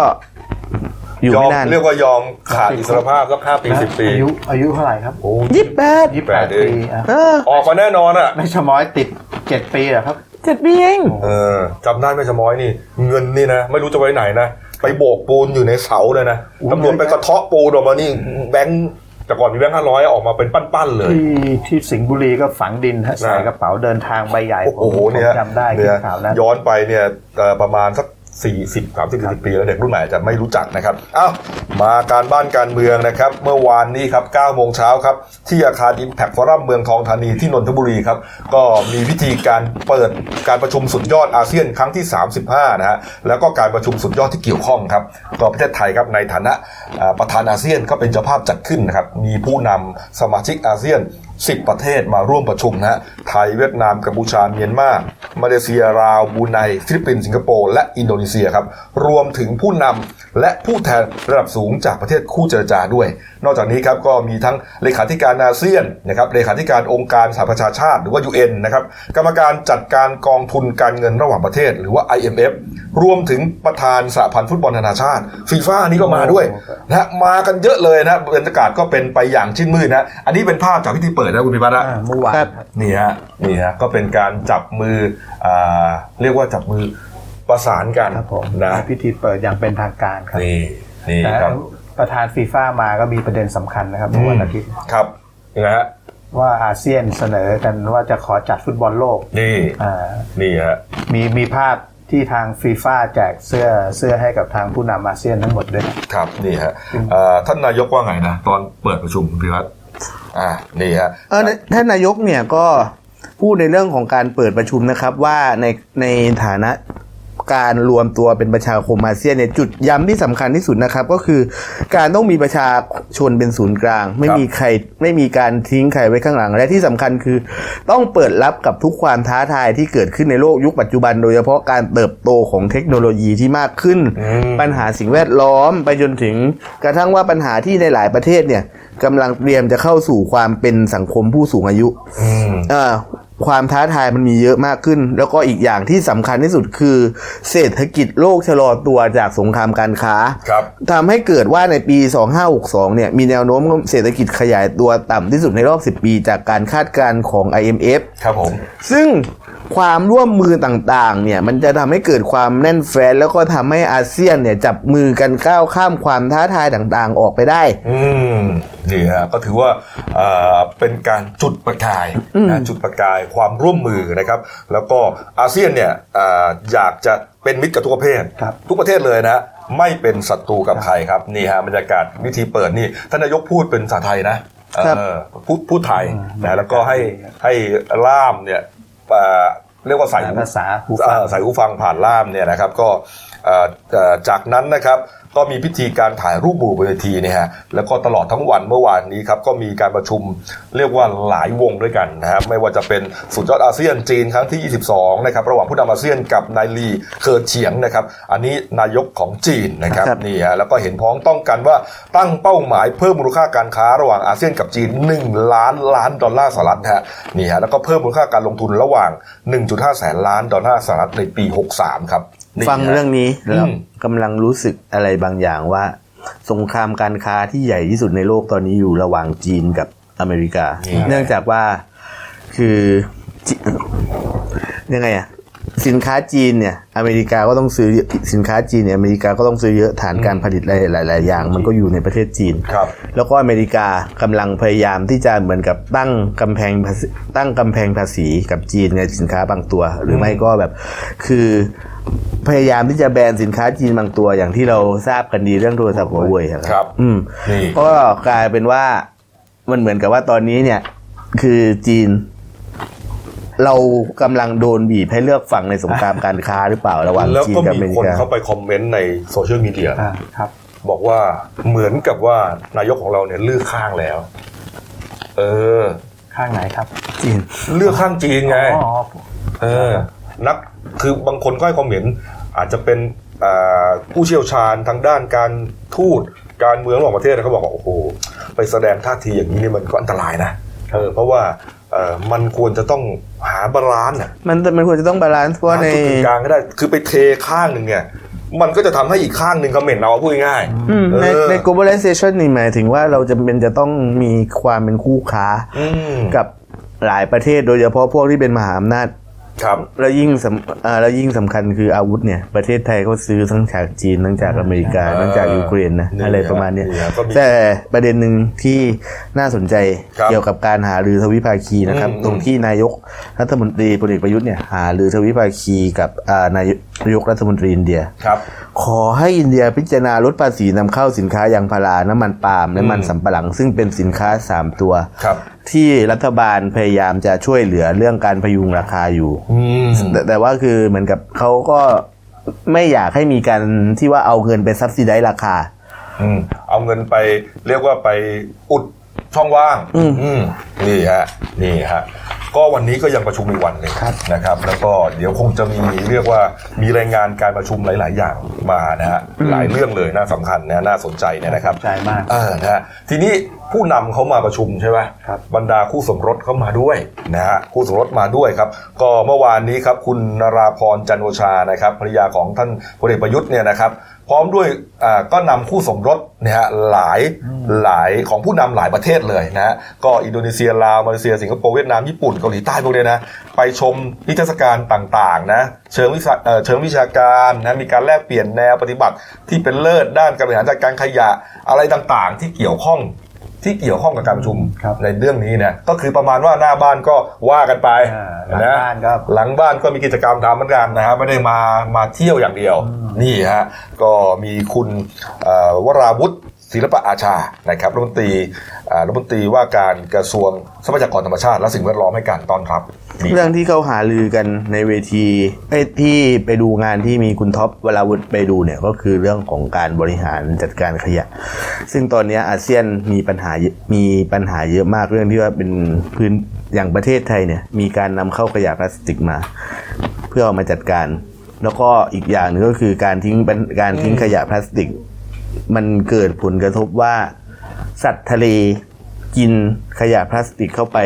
S2: อยู่
S1: ยอ
S2: ไม่
S1: ม
S2: นาน
S1: เรียกว่ายอมขาดอิสรภาพสักห้าปีสิบปี
S3: อายุอายุเท่าไหร่ครับ
S1: โอ้
S2: ยี่สิบแปด
S3: ยี่สิบ
S1: แป
S3: แป
S1: ด
S3: ด
S1: เอง
S3: ปีอ่ะ
S2: เออ
S1: ออกมาแน่นอนอ่ะ
S3: แม่ชะม้อยติดเจ็ดปีเหรอครับ
S2: เจ็ดปีเอง
S1: เออจำได้ไหม่ชะม้อยนี่ เงินนี่นะ ไม่รู้จะไว้ไหนนะ ไปโบกปูนอยู่ในเสาเลยนะ
S3: อุ๊ย
S1: ตำรวจไปกระเทาะปูนออกมานี่แบงค์แต่ก่อนมีแบงค์ห้าร้อยออกมาเป็นปั้นๆเลย
S3: ที่ที่สิงห์บุรีก็ฝังดินฮะใส่กระเป๋าเดินทางใบใหญ่
S1: โอ้
S3: ผ
S1: โห
S3: มผม
S1: เนี่ย
S3: จำได้
S1: เนี่
S3: ที่
S1: ย
S3: ข่าวนั้น
S1: ย้อนไปเนี่ยเอ่อประมาณสักสี่สิบสามสิบสี่สิบปีแล้วเด็กรุ่นใหม่อาจจะไม่รู้จักนะครับเอ้ามาการบ้านการเมืองนะครับ เมื่อวานนี้ครับ9ก้าโมงเช้าครับ ที่อาคารอิมแพคฟอรัมเมืองทองธานีที่นนทบุรีครับ ก็มีพิธีการเปิดการประชุมสุดยอดอาเซียนครั้งที่ 35 นะฮะแล้วก็การประชุมสุดยอดที่เกี่ยวข้องครับก็ประเทศไทยครับในฐานะเอ่อประธานอาเซียนก็เป็นเจ้าภาพจัดขึ้นนะครับมีผู้นำสมาชิกอาเซียน 10 ประเทศมาร่วมประชุมนะฮะ ไทยเวียดนามกัมพูชาเมียนมามาเลเซียลาวบรูไนฟิลิปปินส์สิงคโปร์และอินโดนีเซียครับ รวมถึงผู้นำ และผู้แทนระดับสูงจากประเทศคู่เจรจาด้วย นอกจากนี้ครับก็มีทั้งเลขาธิการอาเซียนนะครับเลขาธิการองค์การสหประชาชาติหรือว่า UN นะครับกรรมการจัดการกองทุนการเงินระหว่างประเทศ หรือว่า IMF รวมถึงประธานสหพันธ์ฟุตบอลนานาชาติฟีฟ่านี้ก็มาด้วย นะฮะมากันเยอะเลยนะบรรยากาศก็เป็นไปอย่างชื่นมื่นนะ อันนี้เป็นภาพจากพิธีเปิดนะคุณพิพัฒน์นะ
S3: อ่าเมื่อวาน
S2: ครับ
S1: นี่ฮะนี่ฮะก็เป็นการจับมืออ่าเรียกว่าจับมือประสานกัน
S3: ครับผม
S1: นะ
S3: พิธีเปิดอย่างเป็นทางการครับ
S1: นี่นี่
S3: แต่
S1: ครับ
S3: ประธานฟีฟ่ามาก็มีประเด็นสำคัญนะครับเมื่อวันอาทิตย์
S1: ครับยังไงฮะ
S3: ว่าอาเซียนเสนอกันว่าจะขอจัดฟุตบอลโลก
S1: นี่
S3: อ่า
S1: นี่ฮะ
S3: มีมีภาพที่ทางฟีฟ่าแจกเสื้อเสื้อให้กับทางผู้นำอาเซียนทั้งหมดด้วยนะครับ
S1: นี่ฮะอ่าท่านนายกว่าไงนะ ตอนเปิดประชุมคุณพิพัฒน์อ่านี่ฮะ
S2: เออท่านนายกเนี่ยก็พูดในเรื่องของการเปิดประชุมนะครับว่าในในฐานะการรวมตัวเป็นประชาคมอาเซียนเนี่ยจุดย้ำที่สำคัญที่สุดนะครับ ก็คือการต้องมีประชาชนเป็นศูนย์กลาง ไม่มีใครไม่มีการทิ้งใครไว้ข้างหลัง และที่สำคัญคือ ต้องเปิดรับกับทุกความท้าทายที่เกิดขึ้นในโลกยุคปัจจุบัน โดยเฉพาะการเติบโตของเทคโนโลยีที่มากขึ้น
S1: อืม
S2: ปัญหาสิ่งแวดล้อมไปจนถึงกระทั่งว่าปัญหาที่ในหลายประเทศเนี่ยกำลังเตรียมจะเข้าสู่ความเป็นสังคมผู้สูงอายุ
S1: อืม
S2: เอ่อความท้าทายมันมีเยอะมากขึ้น แล้วก็อีกอย่างที่สำคัญที่สุดคือเศรษฐกิจโลกชะลอตัวจากสงครามการค้า
S1: ครับ
S2: ทำให้เกิดว่าในปี 2562 เนี่ยมีแนวโน้มเศรษฐกิจขยายตัวต่ำที่สุดในรอบ 10 ปี จากการคาดการณ์ของ IMF
S1: ครับผม
S2: ซึ่งความร่วมมือต่างๆ เนี่ย มันจะทำให้เกิดความแน่นแฟน แล้วก็ทำให้อาเซียนเนี่ย จับมือกันก้าวข้ามความท้าทายต่างๆ ออกไปได้
S1: อืมนี่ฮะก็ถือว่าอ่าเป็นการจุดประกายนะจุดประกายความร่วมมือนะครับ แล้วก็อาเซียนเนี่ยอ่าอยากจะเป็นมิตรกับทุกประเทศ
S3: ครับ
S1: ทุกประเทศเลยนะ ไม่เป็นศัตรูกับใครครับนี่ฮะบรรยากาศวิธีเปิดนี่ท่านนายกพูดเป็นภาษาไทยนะครับ เออพูดพูดไทยนะแล้วก็ให้ให้ล่ามเนี่ยเอ่อเรียกว่าใส่
S3: ภาษาฮู
S1: เอ่
S3: ฟา
S1: อใส่หูฟังผ่านล่ามเนี่ยนะครับก็เอ่อเอ่อจากนั้นนะครับก็มีพิธีการถ่ายรูปหมู่บนเวทีเนี่ยฮะแล้วก็ตลอดทั้งวันเมื่อวานนี้ครับก็มีการประชุมเรียกว่าหลายวงด้วยกันนะครับไม่ว่าจะเป็นสุดยอดอาเซียนจีนครั้งที่ 22 นะครับระหว่างผู้นำอาเซียนกับนายลีเคอร์เฉียงนะครับ อันนี้นายกของจีนนะครับ
S2: ครับ
S1: นี่ฮะแล้วก็เห็นพ้องต้องกันว่าตั้งเป้าหมายเพิ่มมูลค่าการค้าระหว่างอาเซียนกับจีน 1 ล้านล้านดอลลาร์สหรัฐฮะนี่ฮะแล้วก็เพิ่มมูลค่าการลงทุนระหว่าง 1.5 แสนล้านดอลลาร์สหรัฐในปี 63 ครับนี่ฮะ
S2: ฟังเรื่องนี้แล้ว
S1: อืม
S2: กำลังรู้สึกอะไรบางอย่างว่า สงครามการค้าที่ใหญ่ที่สุดในโลกตอนนี้อยู่ระหว่างจีนกับอเมริกา เนื่องจากว่าคือจียังไงอะสินค้าจีนเนี่ยอเมริกาก็ต้องซื้อเยอะสินค้าจีนเนี่ยอเมริกาก็ต้องซื้อเยอะฐานการผลิตหลายๆอย่าง มันก็อยู่ในประเทศจีน
S1: ครับ
S2: แล้วก็อเมริกากำลังพยายามที่จะเหมือนกับตั้งกำแพงภาษีตั้งกำแพงภาษีกับจีนในสินค้าบางตัว หรือไม่ก็แบบคือพยายามที่จะแบนสินค้าจีนบางตัวอย่างที่เราทราบกันดีเรื่องโทรศัพท์หัวเว่ยอะ
S1: ครับ
S2: อืม
S1: นี่
S2: ก็กลายเป็นว่ามันเหมือนกับว่าตอนนี้เนี่ย คือจีน เรากำลังโดนบีบให้เลือกฝั่งในสงครามการค้าหรือเปล่าระหว่าง
S1: แล้ว
S2: จีน
S1: ก็
S2: กับ
S1: มี
S2: อเมริ
S1: คน
S2: กา
S1: เข้าไปคอมเมนต์ในโซเชียลมีเดีย
S3: อ่าครับ
S1: บอกว่าเหมือนกับว่านายกของเราเนี่ยเลือกข้างแล้ว เออ
S3: ข้างไหนครับ
S2: จีน
S1: เลือกข้างจีนไง
S3: อ๋อ
S1: เออ นัก คือบางคนก็ให้ความเห็นอาจจะเป็นอ่าผู้เชี่ยวชาญทางด้านการทูต การเมืองระหว่างประเทศนะเขาบอกว่า โอ้โห ไปแสดงท่าทีอย่างนี้เนี่ยมันก็อันตรายนะ เออ เพราะว่าเอ่อมันควรจะต้องหาบาลานซ์น่ะ
S2: มันมันควรจะต้องบาลานซ์เพราะว่า
S1: หา
S2: ใน
S1: จุดกึ่งกลางก็ได้ คือไปเทข้างหนึ่งเนี่ย มันก็จะทำให้อีกข้างหนึ่งเขาเหม็นเอาพูดง่ายๆ
S2: อืมใน
S1: เออ
S2: ใน globalization นี่หมายถึงว่าเราจะเป็นจะต้องมีความเป็นคู่ค้า
S1: อืม
S2: กับหลายประเทศโดยเฉพาะพวกที่เป็นมหาอำนาจ
S1: ครับ
S2: แล้วยิ่งสำเอ่อแล้วยิ่งสำคัญคืออาวุธเนี่ย ประเทศไทยก็ซื้อทั้งจากจีนทั้งจากอเมริกา
S1: อ่า
S2: ทั้งจากยูเครนนะ
S1: นี่
S2: อะไรประมาณเนี้ย
S1: นี่ครับก็มี
S2: แต่ประเด็นหนึ่งที่น่าสนใจ
S1: ครับ
S2: เกี่ยวกับการหารือทวิภาคีนะครับ
S1: อืม
S2: ตรงที่นายกรัฐมนตรีพลเอกประยุทธ์เนี่ยหารือทวิภาคีกับอ่านายกนายกรัฐมนตรีอินเดีย
S1: ครับ
S2: ขอให้อินเดียพิจารณาลดภาษีนำเข้าสินค้ายางพาราน้ำมันปาล์มและมันสำปะหลัง ซึ่งเป็นสินค้า 3 ตัว
S1: ครับ
S2: ที่รัฐบาลพยายามจะช่วยเหลือเรื่องการพยุงราคาอยู่
S1: อืม
S2: แต่แต่ว่าคือเหมือนกับเขาก็ไม่อยากให้มีการที่ว่าเอาเงินไปซับซิได้ราคา
S1: อืมเอาเงินไปเรียกว่าไปอุดช่องว่าง
S2: อืม
S1: อืมนี่ฮะนี่ฮะ ก็วันนี้ก็ยังประชุมอีกวันเลย
S3: ครับ
S1: นะครับ แล้วก็เดี๋ยวคงจะมีเรียกว่ามีรายงานการประชุมหลาย ๆ อย่างมานะฮะหลายเรื่องเลยน่าสำคัญนะน่าสนใจเนี่ยนะครับ
S3: น่าสนใจมาก
S1: เออนะฮะทีนี้ผู้นำเขามาประชุมใช่ไหม
S3: ครับ
S1: บรรดาคู่สมรสเขามาด้วยนะฮะคู่สมรสมาด้วยครับ ก็เมื่อวานนี้ครับคุณนราพรจันทร์โอชานะครับภรรยาของท่านพลเอกประยุทธ์เนี่ยนะครับ พร้อมด้วยอ่าก็นำคู่สมรสเนี่ยฮะหลายหลายของผู้นำหลายประเทศเลยนะฮะก็อินโดนีเซียลาวมาเลเซียสิงคโปร์เวียดนามญี่ปุ่นเกาหลีใต้พวกเนี้ยนะไปชมนิทรรศการต่างๆนะเชิงวิชาเอ่อเชิงวิชาการนะมีการแลกเปลี่ยนแนวปฏิบัติที่เป็นเลิศด้านการบริหารจัดการขยะอะไรต่างๆ ที่เกี่ยวข้องที่เกี่ยวข้องกับการประชุม
S3: ครับ
S1: ในเรื่องนี้นะก็คือประมาณว่าหน้าบ้านก็ว่ากันไป
S3: อ่าหลังบ้านก็
S1: หลังบ้านก็มีกิจกรรมทำเหมือนกันนะฮะไม่ได้มามาเที่ยวอย่างเดียว นี่ฮะก็มีคุณเอ่อวราวุฒิศิลปะอาชานะครับรัฐมนตรีอ่ารัฐมนตรีว่าการกระทรวงทรัพยากรธรรมชาติ และสิ่งแวดล้อมให้การต้อนรับดี
S2: เรื่องที่เขาหาลือกันในเวทีไอ้ยที่ไปดูงานที่มีคุณท็อปเวลาวุฒิไปดูเนี่ยก็คือเรื่องของการบริหารจัดการขยะ ซึ่งตอนเนี้ยอาเซียนมีปัญหาเยอะมีปัญหาเยอะมากเรื่องที่ว่าเป็นพื้นอย่างประเทศไทยเนี่ยมีการนำเข้าขยะพลาสติกมา เพื่อเอามาจัดการ แล้วก็อีกอย่างหนึ่งก็คือการทิ้งเป็นการทิ้งขยะพลาสติก มันเกิดผลกระทบว่า สัตว์ทะเลกินขยะพลาสติกเข้าไป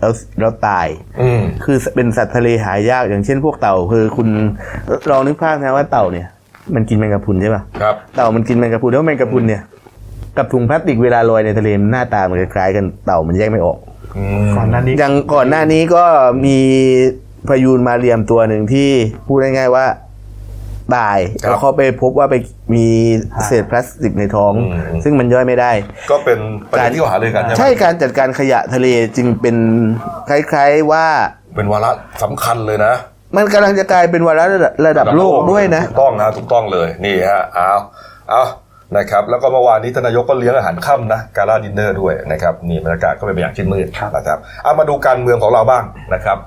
S2: แล้วแล้วตาย
S1: อืม
S2: คือเป็นสัตว์ทะเลหายากอย่างเช่นพวกเต่าคือคุณลองนึกภาพนะว่าเต่าเนี่ย มันกินแมงกะพรุนใช่ปะ
S1: ครับ
S2: เต่ามันกินแมงกะพรุนแล้วแมงกะพรุนเนี่ยกับถุงพลาสติกเวลาลอยในทะเลมันหน้าตามันคล้ายๆกันเต่ามันแยกไม่ออก
S1: อืม
S3: ก่อนหน้านี้
S2: อย่างก่อนหน้านี้ก็มีพายูนมาเรียมตัวหนึ่งที่พูดง่ายๆว่าตาย
S1: ครับ
S2: แล้วเขาไปพบว่าไปมีเศษพลาสติกในท้อง
S1: อืม
S2: ซึ่งมันย่อยไม่ได้
S1: ก็เป็นประเด็นที่เขาหารือกันใช่ไหม
S2: ใช่การจัดการขยะทะเลจึงเป็นคล้ายๆว่า
S1: เป็นวาระสำคัญเลยนะ
S2: มันกำลังจะกลายเป็นวาระระดับระดับโลกด้วยนะ
S1: ถูกต้องนะถูกต้องเลยนี่ฮะเอาเอานะครับ แล้วก็เมื่อวานนี้ทานนายกก็เลี้ยงอาหารค่ำนะการ่าดินเนอร์ด้วยนะครับนี่บรรยากาศก็เป็นไปอย่างชื่นมื่นนะครับเอามาดูการเมืองของเราบ้างนะครับ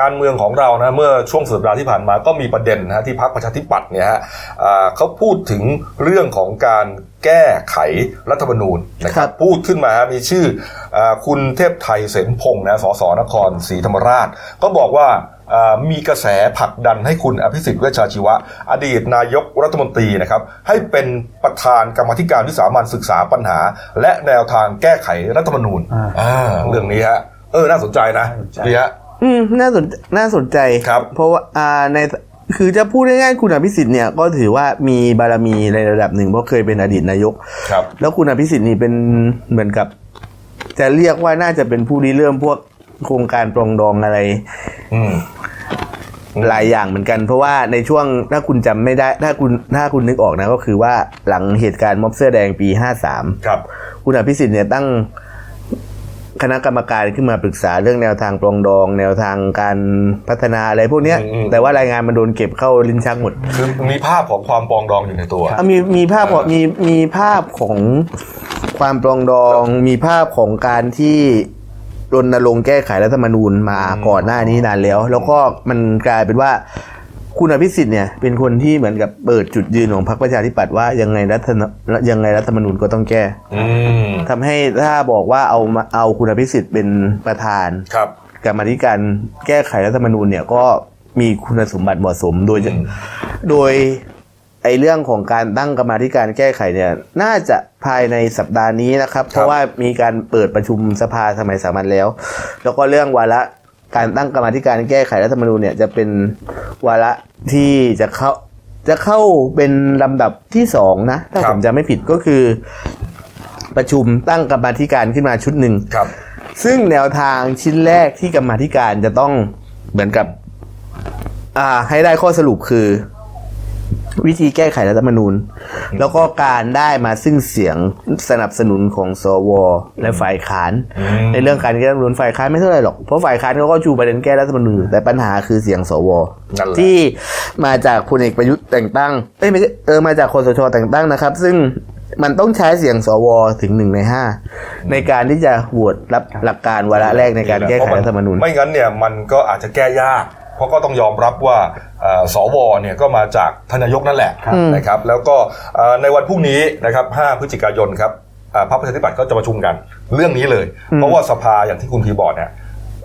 S1: การเมืองของเรานะเมื่อช่วงสุดสัปดาห์ที่ผ่านมาก็มีประเด็นนะฮะที่พรรคประชาธิปัตย์เนี่ยฮะอ่าเขาพูดถึงเรื่องของการแก้ไขรัฐธรรมนูญนะค
S2: ครั
S1: รับ
S2: บ
S1: พูดขึ้นมาฮะมีชื่ออาคุณเทพไทยเสนพงษ์นะสสนครศรีธรรมราช ก็บอกว่าอ่ามีกระแสผลักดันให้คุณอภิสิทธิ์เวชชาชีวะ อดีตนายกรัฐมนตรีนะครับ ให้เป็นประธานกรรมาธิการวิสามัญศึกษาปัญหา และแนวทางแก้ไขรัฐธรรมนูญ
S3: อ่า
S1: อ่าเรื่องนี้ฮะเออน่าสนใจนะนี่ฮะ
S2: อืมน่าสนน่าสนใจ
S1: ครับ
S2: เพราะว่าอ่าในคือจะพูดง่ายๆคุณอภิสิทธิ์เนี่ยก็ถือว่ามีบารมีในระดับหนึ่งเพราะเคยเป็นอดีตนายก
S1: ครับ
S2: แล้วคุณอภิสิทธิ์นี่เป็นเหมือนกับ จะเรียกว่าน่าจะเป็นผู้ริเริ่มพวกโครงการปรองดองอะไร
S1: อืม อืม
S2: หลายอย่างเหมือนกัน เพราะว่าในช่วงถ้าคุณจำไม่ได้ ถ้าคุณถ้าคุณนึกออกนะก็คือว่าหลังเหตุการณ์ม็อบเสื้อแดงปี 53
S1: ครับ
S2: คุณอภิสิทธิ์เนี่ยตั้งคณะกรรมการขึ้นมาปรึกษาเรื่องแนวทางปรองดอง แนวทางการพัฒนาอะไรพวกเนี้ย
S1: อืมอืม
S2: แต่ว่ารายงานมันโดนเก็บเข้าลิ้นชักหมด
S1: คือมีภาพของความปองดองอยู่ในตัว
S2: อ่ะมีมีภาพของมีมีภาพของความปรองดอง มีภาพของการที่รณรงค์แก้ไขรัฐธรรมนูญมาก่อนหน้านี้นานแล้ว แล้วก็มันกลายเป็นว่าคุณอภิสิทธิ์เนี่ยเป็นคนที่เหมือนกับเปิดจุดยืนของพรรคประชาธิปัตย์ว่ายังไงรัฐยังไงรัฐธรรมนูญก็ต้องแก้
S1: อืม
S2: ทำให้ถ้าบอกว่าเอามาเอาคุณอภิสิทธิ์เป็นประธาน
S1: ครับ
S2: กรรมาธิการแก้ไขรัฐธรรมนูญเนี่ยก็มีคุณสมบัติเหมาะสมโดยจะ
S1: อืม
S2: โดยไอเรื่องของการตั้งกรรมาธิการแก้ไขเนี่ยน่าจะภายในสัปดาห์นี้นะครับ เพราะว่ามีการเปิดประชุมสภาสมัยสามัญแล้ว แล้วก็เรื่องวาระการตั้งกรรมาธิการแก้ไขรัฐธรรมนูญเนี่ยจะเป็นวาระที่จะเข้าจะเข้าเป็นลำดับที่สองนะถ้า
S1: ครับ
S2: ผมจะไม่ผิดก็คือ ประชุมตั้งกรรมาธิการขึ้นมาชุดหนึ่ง
S1: ครับ
S2: ซึ่งแนวทางชิ้นแรกที่กรรมาธิการจะต้องเหมือนกับ อ่า ให้ได้ข้อสรุปคือ วิธีแก้ไขรัฐธรรมนูญ แล้วก็การได้มาซึ่งเสียงสนับสนุนของสวและฝ่ายค้าน
S1: อืม
S2: ในเรื่องการแก้รัฐธรรมนูญฝ่ายค้านไม่เท่าไหร่หรอกเพราะฝ่ายค้านเขาก็จูประเด็นแก้รัฐธรรมนูญอยู่แต่ปัญหาคือเสียงสว
S1: นั่นแหละ
S2: ที่มาจากพลเอกประยุทธ์แต่งตั้ง เอ้ยไม่ใช่เออมาจากคสชแต่งตั้งนะครับ ซึ่งมันต้องใช้เสียงสวถึงหนึ่งในห้าในการที่จะโหวตรับหลักการวาระแรกในการแก้ไขรัฐธรรมนูญ
S1: ไม่งั้นเนี่ยมันก็อาจจะแก้ยาก เพราะก็ต้องยอมรับว่าเอ่อสวเนี่ยก็มาจากทานนายกนั่นแหละ
S2: ครับอืม
S1: นะครับ แล้วก็เอ่อในวันพรุ่งนี้นะครับ 5 พฤศจิกายนครับอ่าพรรคประชาธิปัตย์ก็จะประชุมกัน เรื่องนี้เลย เพราะว่าสภาอย่างที่คุณทีบอกเนี่ย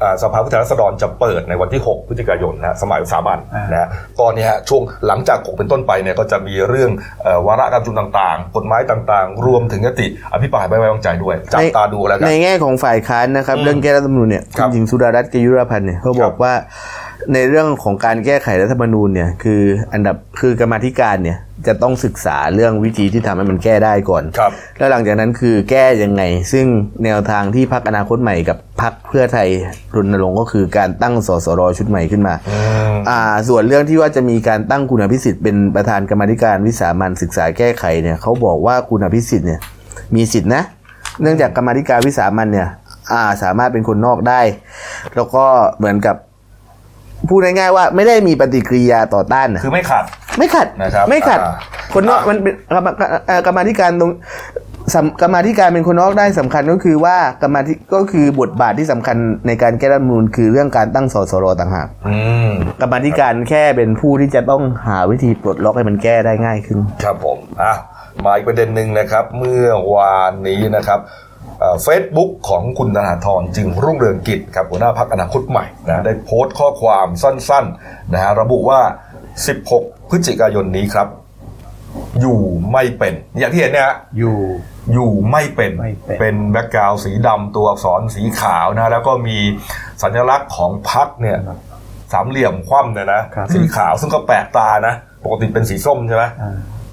S1: อ่าสภาผู้แทนราษฎรจะเปิดในวันที่ 6 พฤศจิกายนนะฮะสมัยสามัญ
S3: อ่าน
S1: นะฮะตอนนี้ฮะช่วงหลังจาก6เป็นต้นไปเนี่ยก็จะมีเรื่องเอ่อวาระการประชุมต่างๆ กฎหมายต่างๆ รวมถึงยติอภิปรายไม่ไว้วางใจด้วยจับตาดูแล้วกัน
S2: ในแง่ของฝ่ายค้านนะครับ
S1: อืม
S2: เรื่องแก้รัฐธรรมนูญเนี่ย
S1: ครับ
S2: ณหญิงสุดารัตน์เกยุราพันธ์เนี่ยเขาบ
S1: ค
S2: อก
S1: รับ
S2: ว่าในเรื่องของการแก้ไขรัฐธรรมนูญเนี่ยคืออันดับคือกรรมาธิการเนี่ยจะต้องศึกษาเรื่องวิธีที่ทำให้มันแก้ได้ก่อน
S1: ครับ
S2: แล้วหลังจากนั้นคือแก้ยังไง ซึ่งแนวทางที่พักอนาคตใหม่กับพักเพื่อไทยรณรงค์ก็คือการตั้งสสรชุดใหม่ขึ้นมา
S1: ม
S2: อ่าส่วนเรื่องที่ว่าจะมีการตั้งคุณอภิสิทธิ์เป็นประธานกรรมาธิการวิสามันศึกษาแก้ไขเนี่ยเขาบอกว่าคุณอภิสิทธิ์เนี่ยมีสิทธินะ เนื่องจากกรรมาธิการวิสามันเนี่ยอ่าสามารถเป็นคนนอกได้ แล้วก็เหมือนกับพูดง่ายๆว่าไม่ได้มีปฏิกิริยาต่อต้านนะ
S1: คือไม่ขัด
S2: ไม่ขัด
S1: นะครับ
S2: ไม่ขัด
S1: อ่า
S2: คนนอกมันเป็นกรรมเอ่อกรรมาธิการตรงสำกรรมาธิการเป็นคนนอกได้สำคัญก็คือว่ากรรมาธิก็คือบทบาทที่สำคัญในการแก้รัฐธรรมนูลคือเรื่องการตั้งสสรต่างหาก
S1: อืม
S2: กรรมาธิการแค่เป็นผู้ที่จะต้องหาวิธีปลดล็อกให้มันแก้ได้ง่ายขึ้น
S1: ครับผมอ่ะมาอีกประเด็นหนึ่งนะครับ เมื่อวานนี้นะครับเฟซบุ๊กของคุณธนาธรจึงรุ่งเรืองกิจครับหัวหน้าพักอนาคตใหม่นะได้โพสต์ข้อความสั้นๆนะฮะระบุว่า 16 พฤศจิกายนนี้ครับ อยู่ไม่เป็น อย่างที่เห็นเนี่ยฮะ
S3: อยู่
S1: อยู่ไม่เป็น
S3: ไม่เป็น
S1: นแบ็กกราวสีดำตัวอักษรสีขาวนะ แล้วก็มีสัญลักษณ์ของพักเนี่ยสามเหลี่ยมคว่ำเนี่ยนะครับ สีขาวซึ่งก็แปลกตานะ ปกติเป็นสีส้มใช่ไหม
S3: อ่า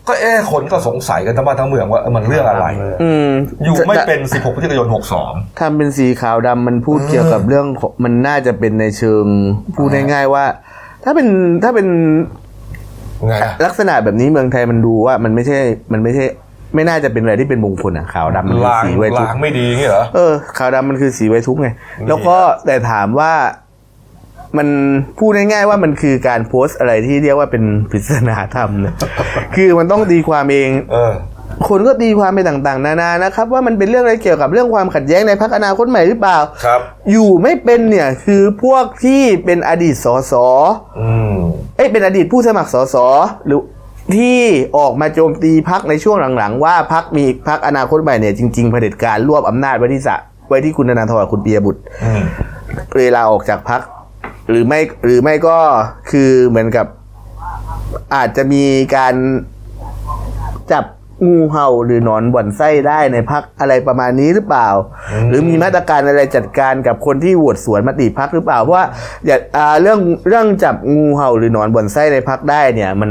S1: ก็เอ๊ะคนก็สงสัยกันทั้งบ้านทั้งเมืองว่าเออมันเรื่องอะไร
S3: ตามเลย
S2: อืม
S1: อยู่ไม่เป็น
S2: จะ
S1: 16พฤศจิกายน
S2: ทำเป็นสีขาวดำมันพูดเกี่ยวกับเรื่องของมันน่าจะเป็นในเชิงพูดง่ายๆว่า ถ้าเป็นถ้าเป็น
S1: 62ไงอะ
S2: ลักษณะแบบนี้เมืองไทยมันดูว่ามันไม่ใช่มันไม่ใช่ ไม่น่าจะเป็นอะไรที่เป็นมงคลอะขาวดำมันคือ
S1: ลาง
S2: สีไวทุก
S1: ลาง
S2: ข์
S1: ไม่ดีอย่างงี้เหรอ
S2: เออขาวดำมันคือสีไวทุกข์ไง แล้วก็แต่ถามว่ามันพูดง่ายๆว่ามันคือการโพสต์อะไรที่เรียกว่าเป็นปริศนาธรรมนะ คือมันต้องตีความเอง
S1: เออ
S2: คนก็ตีความไปต่างๆ นานานะครับ ว่ามันเป็นเรื่องอะไรเกี่ยวกับเรื่องความขัดแย้งในพักอนาคตใหม่หรือเปล่า
S1: ครับ
S2: อยู่ไม่เป็นเนี่ยคือพวกที่เป็นอดีตสส
S1: อืม
S2: เอ้ยเป็นอดีตผู้สมัครสสหรือที่ออกมาโจมตีพักในช่วงหลังๆ ว่าพักมีพักอนาคตใหม่เนี่ยจริงๆเผด็จการรวบอำนาจไว้ที่สะไว้ที่คุณธนาธรคุณเปียบุตร
S1: อืม
S2: เวลาออกจากพักหรือไม่หรือไม่ก็คือเหมือนกับอาจจะมีการจับงูเห่าหรือหนอนบ่อนไส้ได้ในพักอะไรประมาณนี้หรือเปล่า หรือมีมาตรการอะไรจัดการกับคนที่โหวตสวนมติพักหรือเปล่าเพราะว่าอย่าอ่าเรื่องเรื่องจับงูเห่าหรือหนอนบ่อนไส้ในพักได้เนี่ย มัน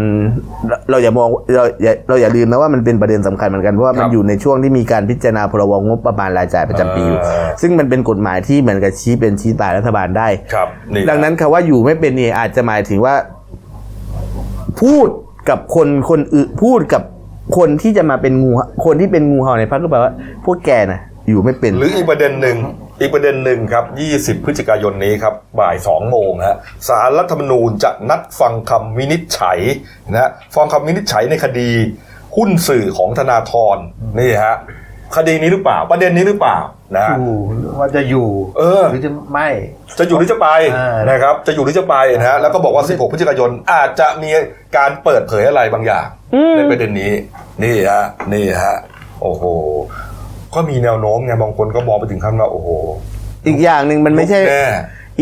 S2: เราเราอย่ามองเราอย่าเราอย่าลืมนะว่ามันเป็นประเด็นสำคัญเหมือนกันเพราะว่ามัน
S1: ครับ
S2: อยู่ในช่วงที่มีการพิจารณาพรบงบประมาณรายจ่ายประจำปีอยู่ ซึ่งมันเป็นกฎหมายที่เหมือนกับชี้เป็นชี้ตายรัฐบาลได้
S1: ครับนี่
S2: ดังนั้นคำว่าอยู่ไม่เป็นเนี่ยอาจจะหมายถึงว่า พูดกับคนคนอื่นพูดกับคนที่จะมาเป็นงูคนที่เป็นงูเห่าในพักก็แปลว่า พวกแกนะอยู่ไม่เป็น
S1: หรืออีกประเด็นหนึ่งอีกประเด็นหนึ่งครับ 20 พฤศจิกายนนี้ครับ บ่าย2โมงฮะสารรัฐธรรมนูญจะนัดฟังคำวินิจฉัยนะฮะฟังคำวินิจฉัยในคดี หุ้นสื่อของธนาธรนี่ฮะคดีนี้หรือเปล่าประเด็นนี้หรือเปล่านะฮะ
S3: อยู่ว่าจะอยู่
S1: เออ
S3: หรือจะไม่
S1: จะอยู่หรือจะไป
S3: อ่าน
S1: นะครับ จะอยู่หรือจะไปนะฮะแล้วก็บอกว่า 16 พฤศจิกายนอาจจะมีการเปิดเผยอะไรบางอย่าง ในประเด็นนี้ นี่ฮะนี่ฮะโอ้โหก็มีแนวโน้มไงบางคนก็มองไปถึงขั้นว่าโอ้โห
S2: อีกอย่างหนึ่งมันไม่ใช่
S1: แน่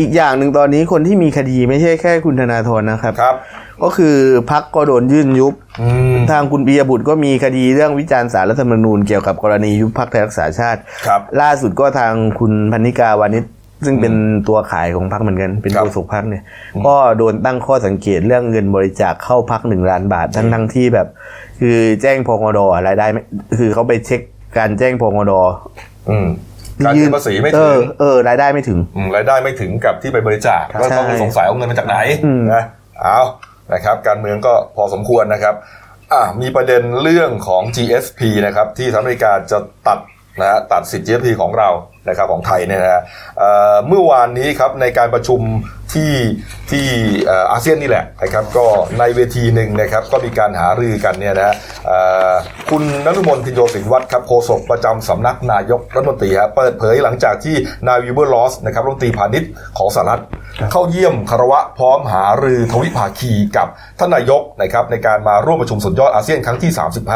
S2: อีกอย่างหนึ่งตอนนี้คนที่มีคดีไม่ใช่แค่คุณธนาธรนะครับ
S1: ครับ
S2: ก็คือพักก็โดนยื่นยุบ
S1: อืม
S2: ทางคุณปียบุตรก็มีคดีเรื่องวิจารณ์สารรัฐธรรมนูญเกี่ยวกับกรณียุบพักไทยรักษาชาติ
S1: ครับ
S2: ล่าสุดก็ทางคุณพันนิกาวานิชซึ่งเป็นตัวขายของพักเหมือนกัน เป็น
S1: ครับ
S2: โฆษกพักเนี่ย ก็โดนตั้งข้อสังเกตเรื่องเงินบริจาคเข้าพักหนึ่งล้านบาท ทั้งทั้งที่แบบ คือแจ้งพงอดอะไรายได้ไม่คือเขาไปเช็คการแจ้งพงอด
S1: อืมการเสียภาษีไม่
S2: เอ
S1: ถึ
S2: อง เออรายได้ไม่ถึง
S1: มรายได้ไม่ถึงกับที่ไปบริจาคก็ต้อง
S2: ใช่
S1: สงสัยเอาเงินมาจากไหน
S2: อืม
S1: นะเอานะครับ การเมืองก็พอสมควรนะครับ อ่ะมีประเด็นเรื่องของ GSP นะครับ ที่สหรัฐอเมริกาจะตัดนะฮะตัดสิทธิ์ GSP ของเรานะครับของไทยเนี่ยนะฮะเอ่อเมื่อวานนี้ครับในการประชุมที่ที่เอ่ออาเซียนนี่แหละนะครับก็ในเวทีหนึ่งนะครับก็มีการหารือกันเนี่ยนะฮะเอ่อคุณนรุมนทินโยสินวัตรครับโฆษกประจำสำนักนายกรัฐมนตรีฮะเปิดเผยหลังจากที่นายวิเบอร์ลอสนะครับรัฐมนตรีพาณิชย์ของสหรัฐ เข้าเยี่ยมคารวะพร้อมหารือทวิภาคีกับท่านนายกนะครับในการมาร่วมประชุมสุดยอดอาเซียนครั้งที่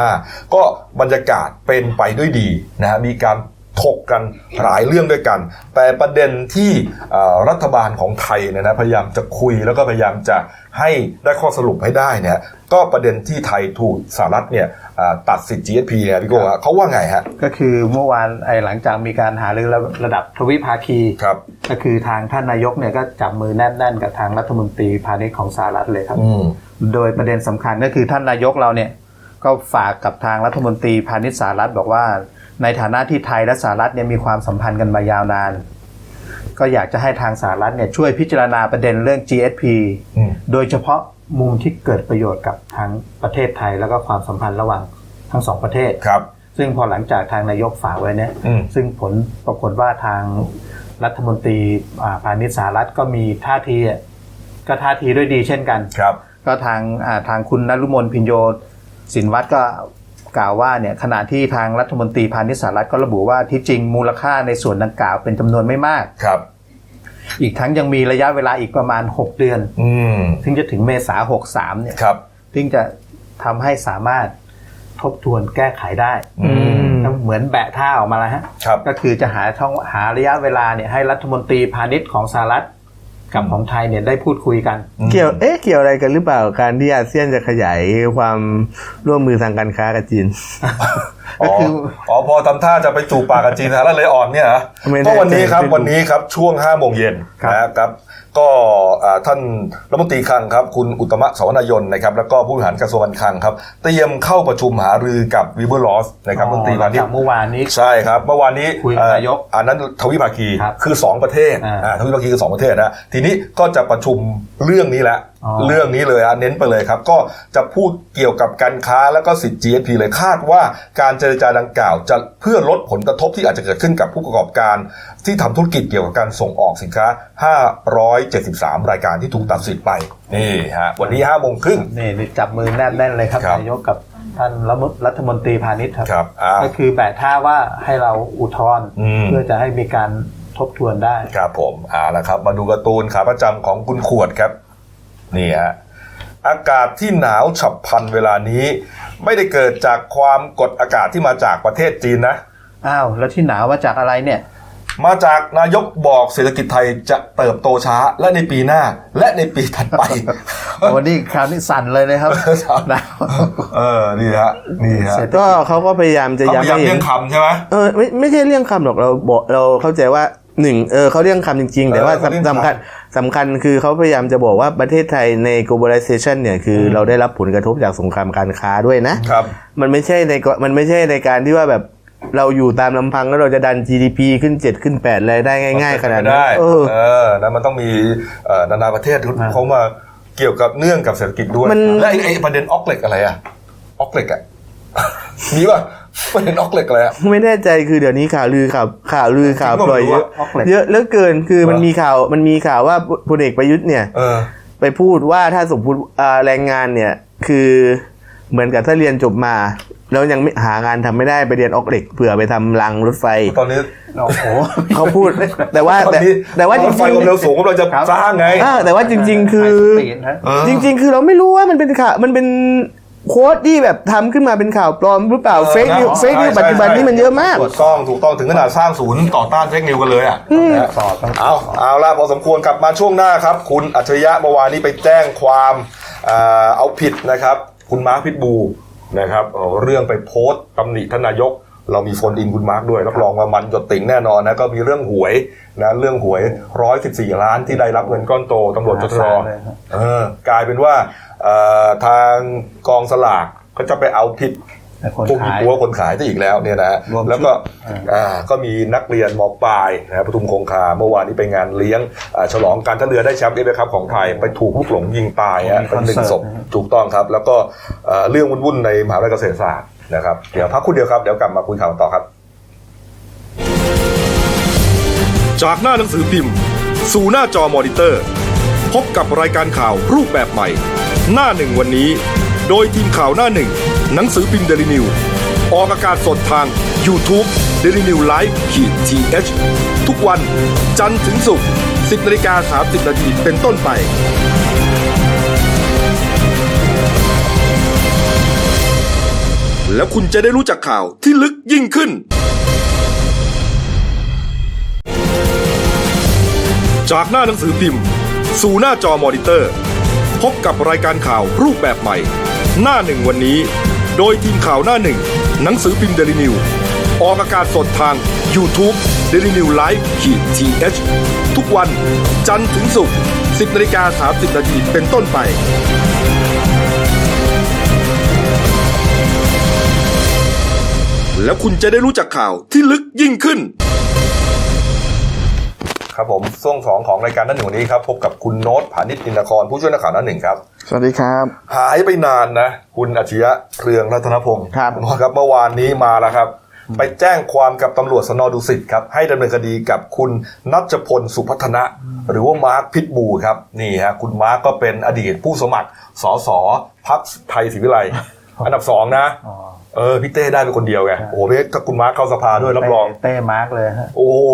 S1: 35 ก็บรรยากาศเป็นไปด้วยดีนะฮะมีการ ถกกันหลายเรื่องด้วยกัน แต่ประเด็นที่เอ่อรัฐบาลของไทยเนี่ยนะพยายามจะคุยแล้วก็พยายามจะให้ได้ข้อสรุปให้ได้เนี่ยก็ประเด็นที่ไทยถูกสหรัฐเนี่ยอ่าตัดสิทธิ์ GSP เนี่ยพี่โก้ฮะเขาว่าไงฮะ
S3: ก็คือเมื่อวานไอ้หลังจากมีการหารือระระดับทวิภาคี
S1: ครับ
S3: ก็คือทางท่านนายกเนี่ยก็จับมือแน่นๆ กับทางรัฐมนตรีพาณิชย์ของสหรัฐเลยครับ
S1: อืม
S3: โดยประเด็นสำคัญก็คือท่านนายกเราเนี่ยก็ฝากกับทางรัฐมนตรีพาณิชย์สหรัฐบอกว่า ในฐานะที่ไทยและสหรัฐเนี่ยมีความสัมพันธ์กันมายาวนาน ก็อยากจะให้ทางสหรัฐเนี่ยช่วยพิจารณาประเด็นเรื่อง GSP
S1: อืม
S3: โดยเฉพาะมุมที่เกิดประโยชน์กับทั้งประเทศไทยแล้วก็ความสัมพันธ์ระหว่างทั้งสองประเทศ
S1: ครับ
S3: ซึ่งพอหลังจากทางนายกฝากไว้เนี่ย
S1: อืม
S3: ซึ่งผลปรากฏว่าทางรัฐมนตรีอ่าพาณิชย์สหรัฐก็มีท่าทีอ่ะก็ท่าทีด้วยดีเช่นกัน
S1: ครับ
S3: ก็ทางอ่าทางคุณนรุมนพินโยสินวัตรก็กล่าวว่าเนี่ยขณะที่ทางรัฐมนตรีพาณิชย์สหรัฐก็ระบุว่าที่จริงมูลค่าในส่วนดังกล่าวเป็นจำนวนไม่มาก
S1: ครับ
S3: อีกทั้งยังมีระยะเวลาอีกประมาณ 6 เดือน
S1: อืม
S3: ซึ่งจะถึงเมษา63เนี่ย
S1: ครับ
S3: ซึ่งจะทำให้สามารถทบทวนแก้ไขได้
S1: อืม
S3: ก็เหมือนแบะท่าออกมาแล้วฮะ
S1: ครับ
S3: ก็คือจะหาช่องหาระยะเวลาเนี่ยให้รัฐมนตรีพาณิชย์ของสหรัฐกับของไทยเนี่ยได้พูดคุยกัน
S2: เกี่ยวเอ๊ะเกี่ยวอะไรกันหรือเปล่าการที่อาเซียนจะขยายความร่วมมือทางการค้ากับจีน
S3: ก็คืออ
S1: อ๋อพอทำท่าจะไปจูบปากกับจีนฮะแล้วเลยอ่อนเนี่ยเหรอ
S2: ไม่แน่ใจ
S1: ก็วันนี้ครับ
S2: ไม่รู้
S1: วันนี้ครับช่วง5้าโมงเย็น
S3: ครับ
S1: นะครับก็อ่าท่านรัฐมนตรีคลังครับ คุณอุตตมะสวนายนนะครับแล้วก็ผู้บริหารกระทรวงการคลังครับ เตรียมเข้าประชุมหารือกับวิเบอร์ลอสนะครับรัฐมนตรีพาณิช
S3: จาก
S1: ย์
S3: เมื่อวานนี้
S1: ใช่ครับ เมื่อวานนี้
S3: คุยกั
S1: เอ่อน
S3: บายก
S1: อันนั้นทวิภาคี
S3: ครับ
S1: คือ 2 ประเทศ
S3: อ่า
S1: อ่าทวิภาคีคือ 2 ประเทศนะทีนี้ก็จะประชุมเรื่องนี้แหละ
S3: อ๋อ
S1: เรื่อง เรื่องนี้เลยฮะเน้นไปเลยครับ ก็จะพูดเกี่ยวกับการค้าและก็สิทธิ GSP เลยคาดว่าการเจรจาดังกล่าวจะเพื่อลดผลกระทบที่อาจจะเกิดขึ้นกับผู้ประกอบการ ที่ทำธุรกิจเกี่ยวกับการส่งออกสินค้า 573 รายการที่ถูกตัดสิทธิ์ไป นี่ฮะวันนี้5โมงครึ่ง
S3: นี่นี่จับมือแนบแน่นเลยครับ
S1: ครับ
S3: นายกกับท่านรัฐมนรัฐมนตรีพาณิชย์ครับ
S1: ครับอ่า
S3: ก็คือแบะท่าว่าให้เราอุทธรณ์
S1: อืม
S3: เพื่อจะให้มีการทบทวนได้
S1: ครับผมเอาละครับ มาดูการ์ตูนขาประจำของคุณขวดครับ นี่ฮะ อากาศที่หนาวฉับพลันเวลานี้ ไม่ได้เกิดจากความกดอากาศที่มาจากประเทศจีนนะ
S3: อ้าว แล้วที่หนาวมาจากอะไร เนี่ย
S1: มาจากนายกบอกเศรษฐกิจไทยจะเติบโตช้าและในปีหน้า และในปีถัด ไป
S3: วันนี้คราวนี้สั่นเลย นะครับ หนาว
S1: เออ นี่ฮะ นี่ฮะ
S3: เสร็จ
S2: ก็เขาก็พยายามจะ
S1: เขาพยา
S2: ย้ำ
S1: ยาม
S2: ให้เห็
S1: เลี่ย
S2: น
S1: งคำใช่ไหม
S2: เออไม่ไม่ใช่เรื่องคำหรอกเราบอกเราเข้าใจว่าหนึ่งเออเขาเรื่องคำจริง ๆ แต่ว่า
S1: เออเขาเรื่องคำ
S2: สำคัญสำคัญคือเขาพยายามจะบอกว่าประเทศไทยใน globalization เนี่ยคือเราได้รับผลกระทบจากสงครามการค้าด้วยนะครับ มันไม่ใช่ในกมันไม่ใช่ในการที่ว่าแบบเราอยู่ตามลำพังแล้วเราจะดัน GDP ขึ้น 7 ขึ้น8อะไรได้ง่าย ๆ ขนาดนั้น
S1: ได้
S2: เออ
S1: เออแล้วมันต้องมีเอ่อนานาประเทศเขามาเกี่ยวกับเนื่องกับเศรษฐกิจด้วย
S2: มัน
S1: และไอ้ไอ้ประเด็นออกเหล็กอะไรอะออกเหล็กอะ มีป่ะประเด็นออกเหล็กอะไรอะ
S2: ไม่แน่ใจคือเดี๋ยวนี้ข่าวลือข่าวข่าวลือข่าวปล่อยเยอะ
S1: จริงเปล่าไม่รู้อะ
S2: เยอะเหลือเกินคือมันมีข่าวมันมีข่าวว่าพลเอกประยุทธ์เนี่ย
S1: เออ
S2: ไปพูดว่าถ้าสมมติอ่าแรงงานเนี่ย คือเหมือนกับถ้าเรียนจบมา แล้วยังไม่หางานทำไม่ได้ไปเรียนออกเหล็กเผื่อไปทำรางรถไฟ
S1: ตอนนี้
S3: โอ้โห
S2: เขาพูด แต่ว่า
S1: ตอน
S2: แต่
S1: นี้
S2: แต่ว่าจ
S1: รถไฟ
S2: ริง
S1: ความเร็วสูงกำลังจะ
S3: ครับ
S1: สร้างไง
S2: ๆอ่าแต่ว่าจริง ๆ คือ
S3: ไฮสปีดฮะ
S1: เออ
S2: จริง ๆ คือเราไม่รู้ว่ามันเป็นข่าวมันเป็นโค้ดที่แบบทำขึ้นมาเป็นข่าวปลอมหรือเปล่า
S1: เออ
S2: เฟกนิว
S1: อ๋อ
S2: เฟกนิว
S1: ใช่
S2: ปัจจุบัน
S1: ใช่
S2: นี่มันเยอะมาก
S1: ถูกต้องถูกต้องถึงขนาดสร้างศูนย์ต่อต้านเฟกนิวกันเลยอ่ะนะ
S3: สอบต้อง
S1: เอาเอาละพอสมควรกลับมาช่วงหน้าครับ คุณอัจฉริยะเมื่อวานนี้ไปแจ้งความเอ่อเอาผิดนะครับ คุณมาร์คพิทบูนะครับเอาเรื่องไปโพสต์ตำหนิท่านนายก เรามีโฟนอินคุณมาร์คด้วย รับรองว่ามันจดติ่งแน่นอนนะก็มีเรื่องหวยนะเรื่องหวย 114 ล้านที่ได้รับเงินก้อนโตตำรวจจตรอ
S3: เลยครับ
S1: เออกลายเป็นว่าเอ่อทางกองสลากก็จะไปเอาผิด
S3: แต่คน
S1: พวกมี
S3: ขาย
S1: ปัวคนขายได้อีกแล้วเนี่ยนะฮะ
S3: รวมชุด
S1: แล้วก็
S3: อ่า
S1: อ่าก็มีนักเรียนมปลายนะฮะปทุมคงคาเมื่อวานนี้ไปงานเลี้ยงอ่าฉลองการท่าเรือได้แชมป์เอฟเอคัพของไทย ไปถูกลูกหลงยิงตายฮะ
S3: มี
S1: เป็
S3: คอน
S1: ห
S3: นเสิร์ต
S1: นึ่งศพถูกต้องครับ แล้วก็เอ่อเรื่องวุ่นๆในมหาวิทยาลัยเกษตรศาสตร์นะครับเดี๋ยวพักครู่เดียวครับเดี๋ยวกลับมาคุยข่าวกันต่อครับ จากหน้าหนังสือพิมพ์ สู่หน้าจอมอนิเตอร์ พบกับรายการข่าวรูปแบบใหม่ หน้าหนึ่งวันนี้ โดยทีมข่าวหน้าหนึ่ง หนังสือพิมพ์เดลิวิวออกอากาศสดทาง y o u t u เดลิวิวไลฟ์ขีดทีเทุกวันจันทร์ถึงศุกร์10นาฬิกา30นาทีเป็นต้นไป แล้วคุณจะได้รู้จักข่าวที่ลึกยิ่งขึ้น
S4: จากหน้าหนังสือพิมพ์ สู่หน้าจอมอนิเตอร์ พบกับรายการข่าวรูปแบบใหม่ หน้าหนึ่งวันนี้ โดยทีมข่าวหน้าหนึ่ง หนังสือพิมพ์เดลิวิวออกอากาศสดทาง y o u t u เดลิวิวไลฟ์ขีดทีเอชทุกวันจันทร์ถึงศุกร์10นาฬิกา30นาทีเป็นต้นไป แล้วคุณจะได้รู้จักข่าวที่ลึกยิ่งขึ้น
S1: ครับผมช่วงสองของรายการหนั่นหนึ่งวันนี้ครับพบกับคุณโน้ตผานิชอินทรครผู้ช่วยนักข่าวหนั่นหนึ่งครับ
S2: สวัสดีครับ
S1: หายไปนานนะ คุณอัจฉริยะเรืองรัตนพงศ์
S2: ครับ
S1: ครับเมื่อวานนี้มาแล้วครับ ไปแจ้งความกับตำรวจสนดุสิตครับให้ดำเนินคดีกับคุณนัชพลสุพัฒนะ หรือว่ามาร์คพิทบูครับนี่ฮะคุณมาร์คก็เป็นอดีตผู้สมัครสสพักไทยศรีวิไลย์อันดับสองนะ
S3: อ๋อ
S1: เออพี่เต้ได้เป็นคนเดียวไงโอ้โหพี่ถ้าคุณมาร์คเข้าสภาด้วยรับรอง
S3: เต้มาร์กเลยฮะ
S1: โอ้โห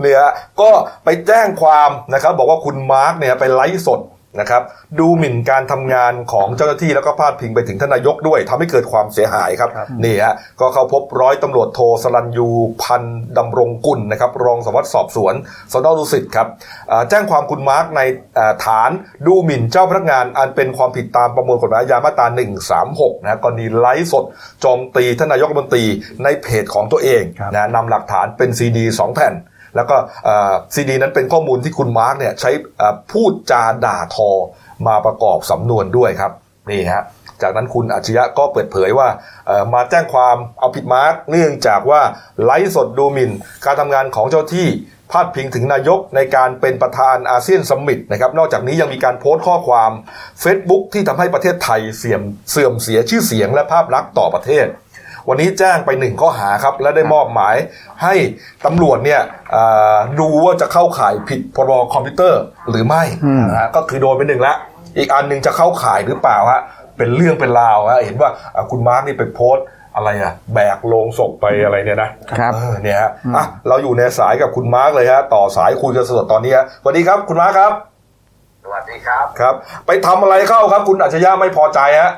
S1: เนี่ยฮะก็ไปแจ้งความนะครับ บอกว่าคุณมาร์กเนี่ยไปไลฟ์สดนะครับ ดูหมิ่นการทำงานของเจ้าหน้าที่แล้วก็พาดพิงไปถึงทานนายกด้วยทำให้เกิดความเสียหายครับ
S3: ครับ
S1: นี่ฮะก็เข้าพบร้อยตำรวจโทสรัญยูพันธ์ดำรงกุลนะครับ รองสารวัสดิ์สอบสวนสนดุสิตครับอ่าแจ้งความคุณมาร์กในอ่าฐานดูหมิ่นเจ้าพนักงานอันเป็นความผิดตามประมวลกฎหมายอาญามาตรา136นะฮะกรณีไลฟ์สดโจมตีทานนายกรัฐมนตรีในเพจของตัวเอง
S3: ครับ
S1: นะนำหลักฐานเป็นซีดีสองแผ่น แล้วก็ซีดีนั้นเป็นข้อมูลที่คุณมาร์กเนี่ยใช้เอ่อพูดจาด่าทอมาประกอบสำนวนด้วยครับนี่ฮะจากนั้นคุณอัจฉริยะก็เปิดเผยว่าเอ่อมาแจ้งความเอาผิดมาร์กเนื่องจากว่าไลฟ์สดดูหมิ่นการทำงานของเจ้าที่พาดพิงถึงนายกในการเป็นประธานอาเซียนสมิตนะครับนอกจากนี้ยังมีการโพสต์ข้อความ Facebook ที่ทำให้ประเทศไทยเสื่อมเสื่อมเสียชื่อเสียงและภาพลักษณ์ต่อประเทศ วันนี้แจ้งไปหนึ่งข้อหาครับ และได้มอบหมายให้ตำรวจเนี่ยเอ่อดูว่าจะเข้าข่ายผิดพรบคอมพิวเตอร์หรือไม่นะฮะก็คือโดนไปหนึ่งละอีกอันหนึ่งจะเข้าข่ายหรือเปล่าฮะเป็นเรื่องเป็นราวฮะเห็นว่าอ่ะคุณมาร์กนี่ไปโพสต์อะไรอะแบกโลงศพไปอะไรเนี่ยนะครับ เออเนี่ยฮะอ่ะเราอยู่ในสายกับคุณมาร์กเลยฮะต่อสายคุยกันสดตอนนี้ฮะสวัสดีครับคุณมาร์กครับ
S5: สวัสดีครับ
S1: ครับ ไปทำอะไรเข้าครับ คุณอัจฉริยะไม่พอใจฮะ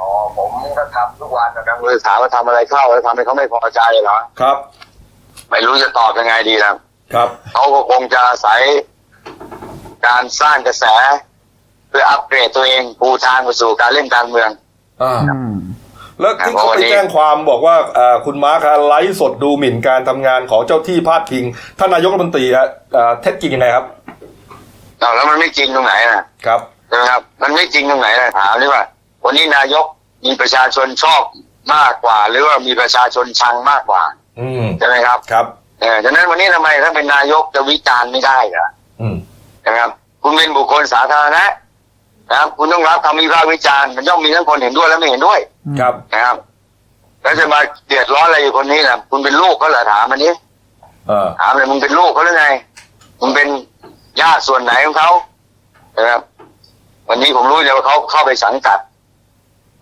S5: อ๋อ ผมก็ทำทุกวันนะครับเลยถามว่าทำอะไรเข้าแล้วทำให้เขาไม่พอใจเหรอ
S1: ครับ
S5: ไม่รู้จะตอบยังไงดีนะครับ เขาก็คงจะอาศัยการสร้างกระแส เพื่ออัปเกรดตัวเองปูทางไปสู่การเล่นการเมือง
S1: อ่า
S2: อืม
S1: แล้วที่เขา
S5: ครับวัน
S1: ไป
S5: นี้
S1: แจ้งความบอกว่าเอ่อคุณมาร์คฮะไลฟ์สดดูหมิ่นการทำงานของเจ้าที่พาดพิงท่านนายกรัฐมนตรีฮะเอ่อเท็จจริงยังไงครับ
S5: เอาแล้วมันไม่จริงตรงไหนนะครับ ใช่ไหมครับ มันไม่จริงตรงไหนนะถามดีกว่า วันนี้นายกมีประชาชนชอบมากกว่า หรือว่ามีประชาชนชังมากกว่า
S1: อืม
S5: ใช่ไหมครับ
S1: ครับ
S5: เออฉะนั้นวันนี้ทำไมถ้าเป็นนายกจะวิจารณ์ไม่ได้เหรอ
S1: อืม
S5: นะครับคุณเป็นบุคคลสาธารณะนะครับ คุณต้องรับคำวิพากษ์วิจารณ์มันย่อมมีทั้งคนเห็นด้วยและไม่เห็นด้วย
S1: ครับ
S5: นะครับ แล้วจะมาเดือดร้อนอะไรอยู่คนนี้นะคุณเป็นลูกเขาเหรอถามมันนี้
S1: เออ
S5: ถามเลยมึงเป็นลูกเขาหรือไงมึงเป็นญาติส่วนไหนของเขานะครับ วันนี้ผมรู้เลยว่าเขาเข้าไปสังกัด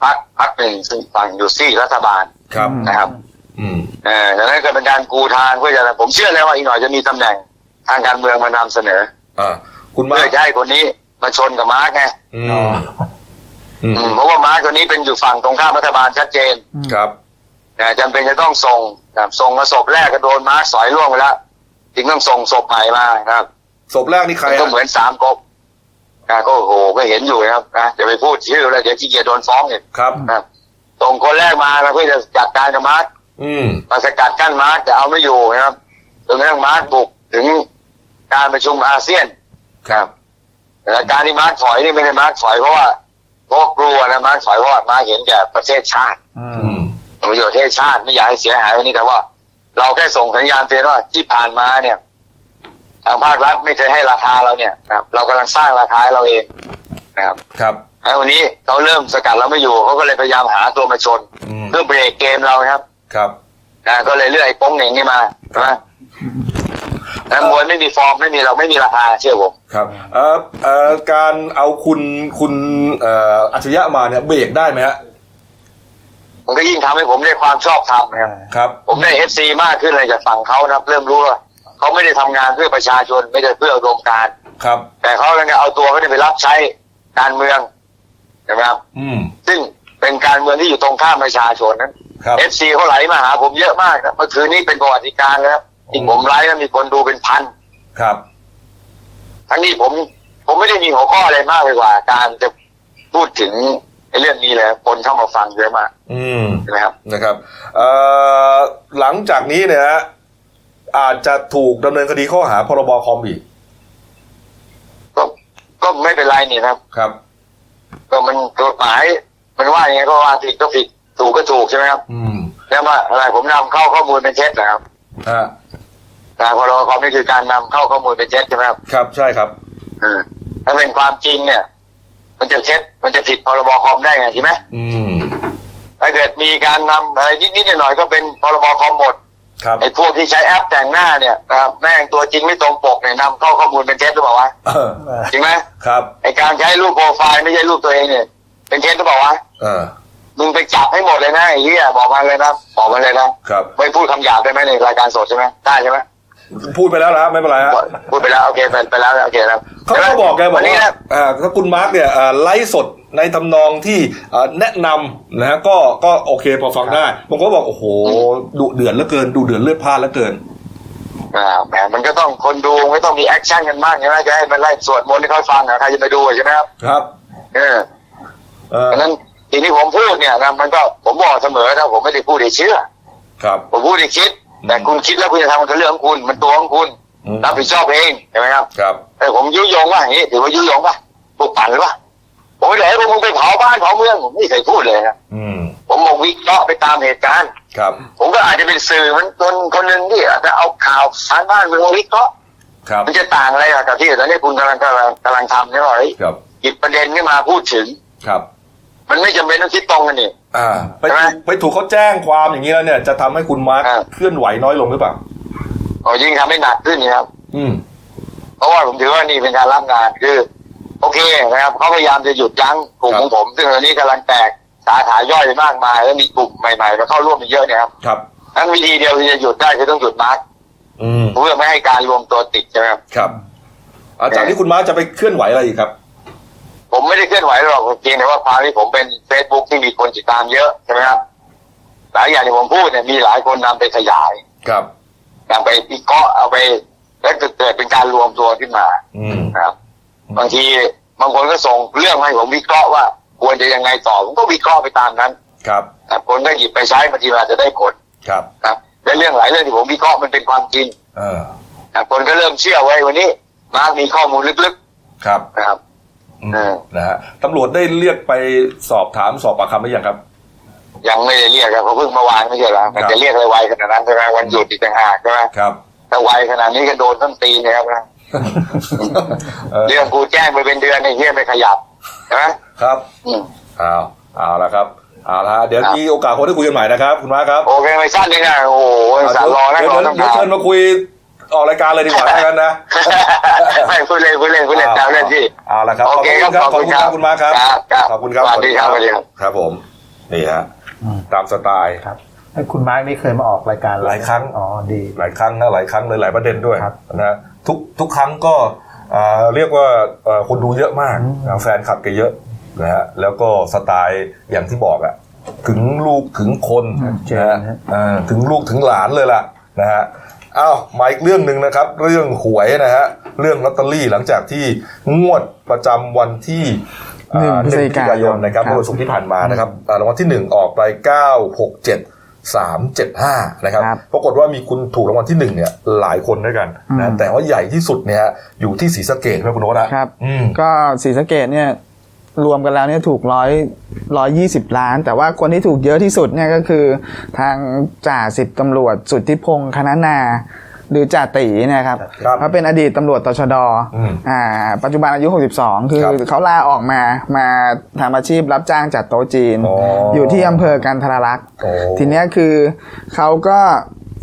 S5: พรรคพรรคหนึ่งซึ่งฝั่งอยู่ซี่รัฐบาล
S1: ครับ
S5: นะครับ
S1: อืม
S5: เออดังนั้นก็เป็นการกูทางเพื่อจะผมเชื่อเลยว่าอีกหน่อยจะมีตำแหน่งทางการเมืองมานำเสนอ
S1: อ่าคุณมา
S5: เพื่
S1: ร์
S5: อ
S1: ค
S5: จะให้คนนี้มาชนกับมาร์กไง
S1: อืมอืม
S5: อืมเพราะว่าม้าตัวนี้เป็นอยู่ฝั่งตรงข้ามรัฐบาลชัดเจน
S1: ครับ
S5: นะจำเป็นจะต้องส่งนะส่งมาศพแรกก็โดนม้าสอยล่วงไปแล้วจึงต้องส่งศพใหม่มาครับ
S1: ศพแรกนี่ใคร
S5: มันก็
S1: ฮะ
S5: เหมือนสามก๊กนะก็โอ้โหก็เห็นอยู่นะครับนะอย่าไปพูดชื่อแล้วเดี๋ยวขี้เกียจโดนฟ้องเนี่ย
S1: ครับ
S5: นะครับส่งคนแรกมาแล้วเพื่อจะจัดการกับมาร์ค
S1: อืม
S5: มาสกัดกั้นมาร์คแต่เอาไม่อยู่นะครับจนกระทั่งมาร์คบุกถึงการประชุมอาเซียน
S1: ครับ
S5: แต่การที่มาร์คถอยนี่ไม่ได้มาร์คถอยเพราะว่าเพราะกลัวนะมาร์คถอยเพราะว่ามาร์คเห็นแก่ประเทศชาติ
S1: อืม
S5: ประโยชน์ให้ชาติไม่อยากให้เสียหายวันนี้แต่ว่า เราแค่ส่งสัญญาณเตือนว่าที่ผ่านมาเนี่ยทางภาครัฐไม่เคยให้ราคาเราเนี่ยนะครับ เรากำลังสร้างราคาให้เราเองนะครับ
S1: ครับ
S5: แล้ววันนี้เขาเริ่มสกัดเราไม่อยู่เขาก็เลยพยายามหาตัวมาชน
S1: อืม
S5: เพื่อเบรกเกมเราครับ
S1: ครับ
S5: นะก็เลยเลือกไอ้โป้งเหน่งนี่มาใช่ไหมนะมวยไม่มีฟอร์มไม่มีเราไม่มีราคาเชื่อผม
S1: ครับเอ่อเอ่อการเอาคุณคุณเอ่ออัจฉริยะมาเนี่ยเบรกได้ไหมฮะ
S5: มันก็ยิ่งทำให้ผมได้ความชอบธรรมนะครับ
S1: ครับ
S5: ผมได้เอฟซีมากขึ้นเลยจากฝั่งเขานะครับ เริ่มรู้ว่าเขาไม่ได้ทำงานเพื่อประชาชนไม่ได้เพื่ออุดมการณ์
S1: ครับ
S5: แต่เขาเนี่ยเอาตัวเขาเนี่ยไปรับใช้การเมืองใช่ไหมครับ
S1: อืม
S5: ซึ่งเป็นการเมืองที่อยู่ตรงข้ามประชาชนนั้น
S1: ครับ
S5: เอฟซีเขาไหลมาหาผมเยอะมากนะเมื่อคืนนี้เป็นประวัติการณ์นะครับ
S1: โ
S5: ที่ผมไลฟ์แล้วมีคนดูเป็นพัน
S1: ครับ
S5: ทั้งนี้ผมผมไม่ได้มีหัวข้ออะไรมากไปกว่า การจะพูดถึงไอ้เรื่องนี้เลยคนเข้ามาฟังเยอะมาก
S1: อืม
S5: ใช่ไหมครับ
S1: นะครับเอ่อหลังจากนี้เนี่ยฮะอาจจะถูกดำเนินคดีข้อหาพรบคอมอีก
S5: ก็ก็ไม่เป็นไรนี่นะครับ
S1: ครับ
S5: ก็มันกฎหมายมันว่าอย่างไงก็ว่าผิดก็ผิดถูกก็ถูกใช่ไหมครับ
S1: อืม
S5: แล้วว่าอะไรผมนำเข้าข้อมูลเป็นเท็จนะครับ
S1: ฮะ
S5: แต่พรบคอมนี่คือการนำเข้าข้อมูลเป็นเท็จใช่ไหมครับ
S1: ครับใช่ครับ
S5: เออถ้าเป็นความจริงเนี่ย มันจะเท็จมันจะผิดพรบคอมได้ไงใช่ไหม
S1: อืม
S5: ถ้าเกิดมีการนำอะไรนิดๆหน่อยๆก็เป็นพรบคอมหมด
S1: ครับ
S5: ไอ้พวกที่ใช้แอปแต่งหน้าเนี่ยนะครับแม่งตัวจริงไม่ตรงปกเนี่ยนำเข้าข้อมูลเป็นเท็จหรือเปล่าวะ
S1: เออ
S5: จริงไหม
S1: ครับ
S5: ไอ้การใช้รูปโปรไฟล์ไม่ใช่รูปตัวเองเนี่ย เป็นเท็จหรือเปล่าวะ
S1: เออ
S5: มึงไปจับให้หมดเลยนะไอ้เหี้ยบอกมาเลยนะบอกมาเลยนะครับ ไม่พูดคำหยาบได้ไหมในรายการสดใช่ไหมได้ใช่ไหม
S1: พูดไปแล้วนะไม่เป็นไรฮะ
S5: พูดไปแล้วโอเคไปไปแล้วโอเคครับ
S1: เขาก็บอกไงบอก
S5: วันนี้
S1: ว่า
S5: นะ
S1: อ่าถ้าคุณมาร์กเนี่ยอ่าไลฟ์สดในทำนองที่อ่าแนะนำนะฮะก็ก็โอเคพอฟังได้บางคนก็บอกโอ้โหดุเดือดเหลือเกินดุเดือดเลือดพล่านเหลือเกิน
S5: อ่าแหมมันก็ต้องคนดูมันก็ต้องมีแอคชั่นกันบ้างใช่ไหมจะให้มันไล่สวดมนต์ให้เขาฟังนะใครจะไปดูใช่ไหมครับ
S1: ครับ
S5: เออ
S1: เออ
S5: เพราะฉะนั้นสิ่งที่ผมพูดเนี่ยนะมันก็ผมบอกเสมอนะผมไม่ได้พูดให้เชื่อ
S1: ครับ
S5: ผมพูดให้คิด แต่
S1: อืม
S5: คุณคิดแล้วคุณจะทำมันก็เรื่องของคุณ มันตัวของคุณ
S1: อืม
S5: รับผิดชอบเองใช่ไหมครับ
S1: ครับ
S5: แต่ผมยุยงว่าอย่างนี้ถือว่ายุยงป่ะปลุกปั่นหรือป่ะผมไม่ได้ให้พวกมึงไปเผาบ้านเผาเมืองผมไม่เคยพูดเลยครับ
S1: อืม
S5: ผมบอกวิเคราะห์ไปตามเหตุการณ์
S1: ครับ
S5: ผมก็อาจจะเป็นสื่อมันคนคนหนึ่งที่อาจจะเอาข่าวสารบ้านเมืองมาวิเคราะห์
S1: ครับ
S5: มันจะต่างอะไรกับที่ตอนนี้คุณกำลังกำลังกำลังทำเนี่ยหรอเฮ้ย
S1: ครับ
S5: หยิบประเด็นขึ้นมาพูดถึง
S1: ครับ
S5: มันไม่จำเป็นต้องคิดตรงกันนี่
S1: อ่าไป
S5: ใช่ไหม
S1: ถูกไปถูกเขาแจ้งความอย่างนี้แล้วเนี่ย จะทำให้คุณมาร์ค
S5: อ่า
S1: เคลื่อนไหวน้อยลงหรือเปล่า
S5: อ๋อยิ่งทำให้หนักขึ้นนี่ครับ
S1: อืม
S5: เพราะว่าผมถือว่านี่เป็นการรับงานคือ โอเคนะครับเขาพยายามจะหยุดยั้งกลุ่ม
S1: ครับ
S5: ของผม ซึ่งตอนนี้กำลังแตกสาขาย่อยไปมากมาย แล้วมีกลุ่มใหม่ๆมาเข้าร่วมกันเยอะเนี่ยครับ
S1: ครับ
S5: นั้นวิธีเดียวที่จะหยุดได้คือต้องหยุดมาร์ก
S1: อืม
S5: เพื่อไม่ให้การรวมตัวติดใช่ไหมครับ
S1: ครับอาจากนี้คุณมาร์คจะไปเคลื่อนไหวอะไรอีกครับ
S5: ผมไม่ได้เคลื่อนไหวหรอกเพียงแต่ว่าความที่ผมเป็น Facebook ที่มีคนติดตามเยอะใช่ไหมครับหลายอย่างที่ผมพูดเนี่ยมีหลายคนนำไปขยาย
S1: ครับ
S5: นำไปวิเคราะห์เอาไปแล้วก็เกิดเป็นการรวมตัวขึ้นมา
S1: อืม
S5: นะครับ
S1: อืม
S5: บางทีบางคนก็ส่งเรื่องมาให้ผมวิเคราะห์ว่า ควรจะยังไงต่อผมก็วิเคราะห์ไปตามนั้น
S1: ครับ
S5: นะครับคนก็หยิบไปใช้บางทีมันอาจจะได้ผล
S1: ครับ
S5: นะครับและเรื่องหลายเรื่องที่ผมวิเคราะห์มันเป็นความจริง
S1: เออ
S5: นะครับคนก็เริ่มเชื่อไว้วันนี้มาร์คมีข้อมูลลึก
S1: ครับ
S5: ๆนะครับ
S1: อืม
S5: เออ
S1: นะฮะตำรวจได้เรียกไปสอบถามสอบปากคำหรือยังครับ
S5: ยังไม่ได้เรียกครับเขาะเพิ่งเมาวานไม่ใช่เหรอมัน
S1: ครับ
S5: จะเรียกอะไรไวขนาดนั้นใช่ไหมวันหยุดอีกต่างหากใช่ไหม
S1: ครับ
S5: ถ้าไวขนาดนี้ก็โดนต้นตีนเนะครับนะ
S1: เออ
S5: เรื่องกูแจ้งไปเป็นเดือนไอ้เหี้ยไม่ขยับใช่ไหม
S1: ครับ
S5: อืม
S1: เอาเอาละครับเอาละฮะเดี๋ยว
S5: ครับ
S1: มีโอกาสคนได้คุยกันใหม่นะครับ คุณมาร์คครับ
S5: โอเคไม่สั้นเลยนะโอ้โหสารรอนะ
S1: เดี๋ยว
S5: รอ
S1: เดี๋ยว
S5: ต้อง
S1: เดี๋ยว
S5: ถาม
S1: เชิญมาคุยออกรายการเลยดีกว่าแล้วกันนะ
S5: ไม่พูดเล่นพูดเล่นพูดเล่นตามเล่นพี่
S1: เอาละครับ
S5: โอเคครับ
S1: ขอบคุณครับขอบคุณมากครับ
S5: ครับครับ
S1: ขอบคุณครับ
S5: สวัสดีครับสวัสดีครับ
S1: ครับผมนี่ฮะ
S3: อืม
S1: ตามสไตล์
S3: ครับแล้วคุณมาร์กนี่เคยมาออกรายการเ
S1: หลายครั้ง
S3: อ๋อดี
S1: หลายครั้งนะหลายครั้งเลยหลายประเด็นด้วย
S3: ครับ
S1: นะทุกทุกครั้งก็อ่าเรียกว่าเอ่อคนดูเยอะมาก
S3: อืม
S1: นะแฟนคลับแก็เยอะนะฮะแล้วก็สไตล์อย่างที่บอกอะถึงลูกถึงคนนะฮะเออถึงลูกถึงหลานเลยล่ะนะฮะอ้าวมาอีกเรื่องหนึ่งนะครับ เรื่องหวยนะฮะเรื่องลอตเตอรี่หลังจากที่งวดประจำวันที่อ่า
S6: หนึ่งพฤศจิกายน
S1: นะครับ
S6: ครับ
S1: เมื่อวันศุกร์ที่ผ่านมานะครับอ่ารางวัลที่หนึ่งออกไป967 375นะครับ
S6: ครับ
S1: ปรากฏว่ามีคุณถูกรางวัลที่หนึ่งเนี่ยหลายคนด้วยกัน
S6: อื
S1: นะ
S6: ม
S1: แต่ว่าใหญ่ที่สุดเนี่ยอยู่ที่ศรีสะเกดครับคุณโนตนะครับ อืม
S6: ก็ศรีสะเกดเนี่ยรวมกันแล้วเนี่ยถูกร้อยร้อยยี่สิบล้าน แต่ว่าคนที่ถูกเยอะที่สุดเนี่ยก็คือทางจ่าสิบตำรวจสุทธิพงศ์คณนา หรือจ่าตีเนะครับ
S1: ครับ
S6: เขาเป็นอดีตตำรวจตชด
S1: อืม
S6: อ่า ปัจจุบันอายุ 62 คือ
S1: ครับ
S6: เขาลาออกมามาทำอาชีพรับจ้างจัดโต๊ะจีน
S1: อ๋อ
S6: ออยู่ที่อำเภอกันทรลักษณ์
S1: โอ้
S6: ทีเนี้ยคือเขาก็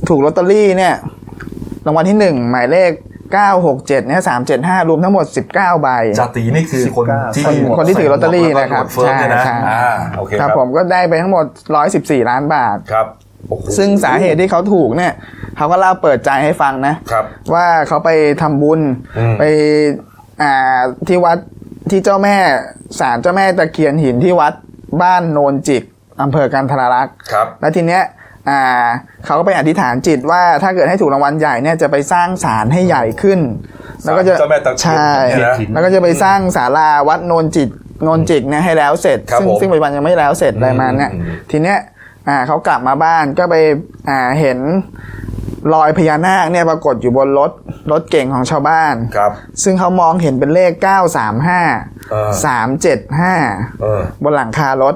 S6: ถูกลอตเตอรี่เนี่ย รางวัลที่ 1 หมายเลข 967เนี่ย375 รวมทั้งหมด 19 ใบ
S1: จาตีนี่คือคนที่
S6: คนที่ถือลอตเตอรี่นะครับ
S1: ใช่ยนะ
S6: ใช่ใช่
S1: อ่าโอเค
S6: ค
S1: ค
S6: รั
S1: รั
S6: บบ ผมก็ได้ไปทั้งหมด 114 ล้านบาท
S1: ครับโอ้โห
S6: ซึ่งสาเหตุที่เขาถูกเนี่ยเขาก็เล่าเปิดใจให้ฟังนะ
S1: ครับ
S6: ว่าเขาไปทำบุญ
S1: อืม
S6: ไปอ่าที่วัดที่เจ้าแม่ศาลเจ้าแม่ตะเคียนหินที่วัดบ้านโนนจิกอำเภอกันทรลักษณ์
S1: ครับ
S6: แล้วทีเนี้ย อ่าเขาก็ไปอธิษฐานจิตว่าถ้าเกิดให้ถูกรางวัลใหญ่เนี่ยจะไปสร้างศาลให้ใหญ่ขึ้น แล้วก็จะ
S1: ศาลเจ้าแม่ตะเคียน
S6: ใช่
S1: เนี่ยนะ
S6: แล้วก็จะไปสร้างศาลาวัดโนนจิตโนนจิกเนี่ยให้แล้วเสร็จ
S1: ครับ
S6: ซึ่ง
S1: ผม
S6: ซึ่งปัจจุบันยังไม่แล้วเสร็จอะไรมาเนี่ย
S1: อืม
S6: ทีเนี้ยอ่าเขากลับมาบ้านก็ไปอ่าเห็นรอยพญานาคเนี่ยปรากฏอยู่บนรถรถเก่งของชาวบ้าน
S1: ครับ
S6: ซึ่งเขามองเห็นเป็นเลข 935 375
S1: เออบ
S6: นหลังคารถ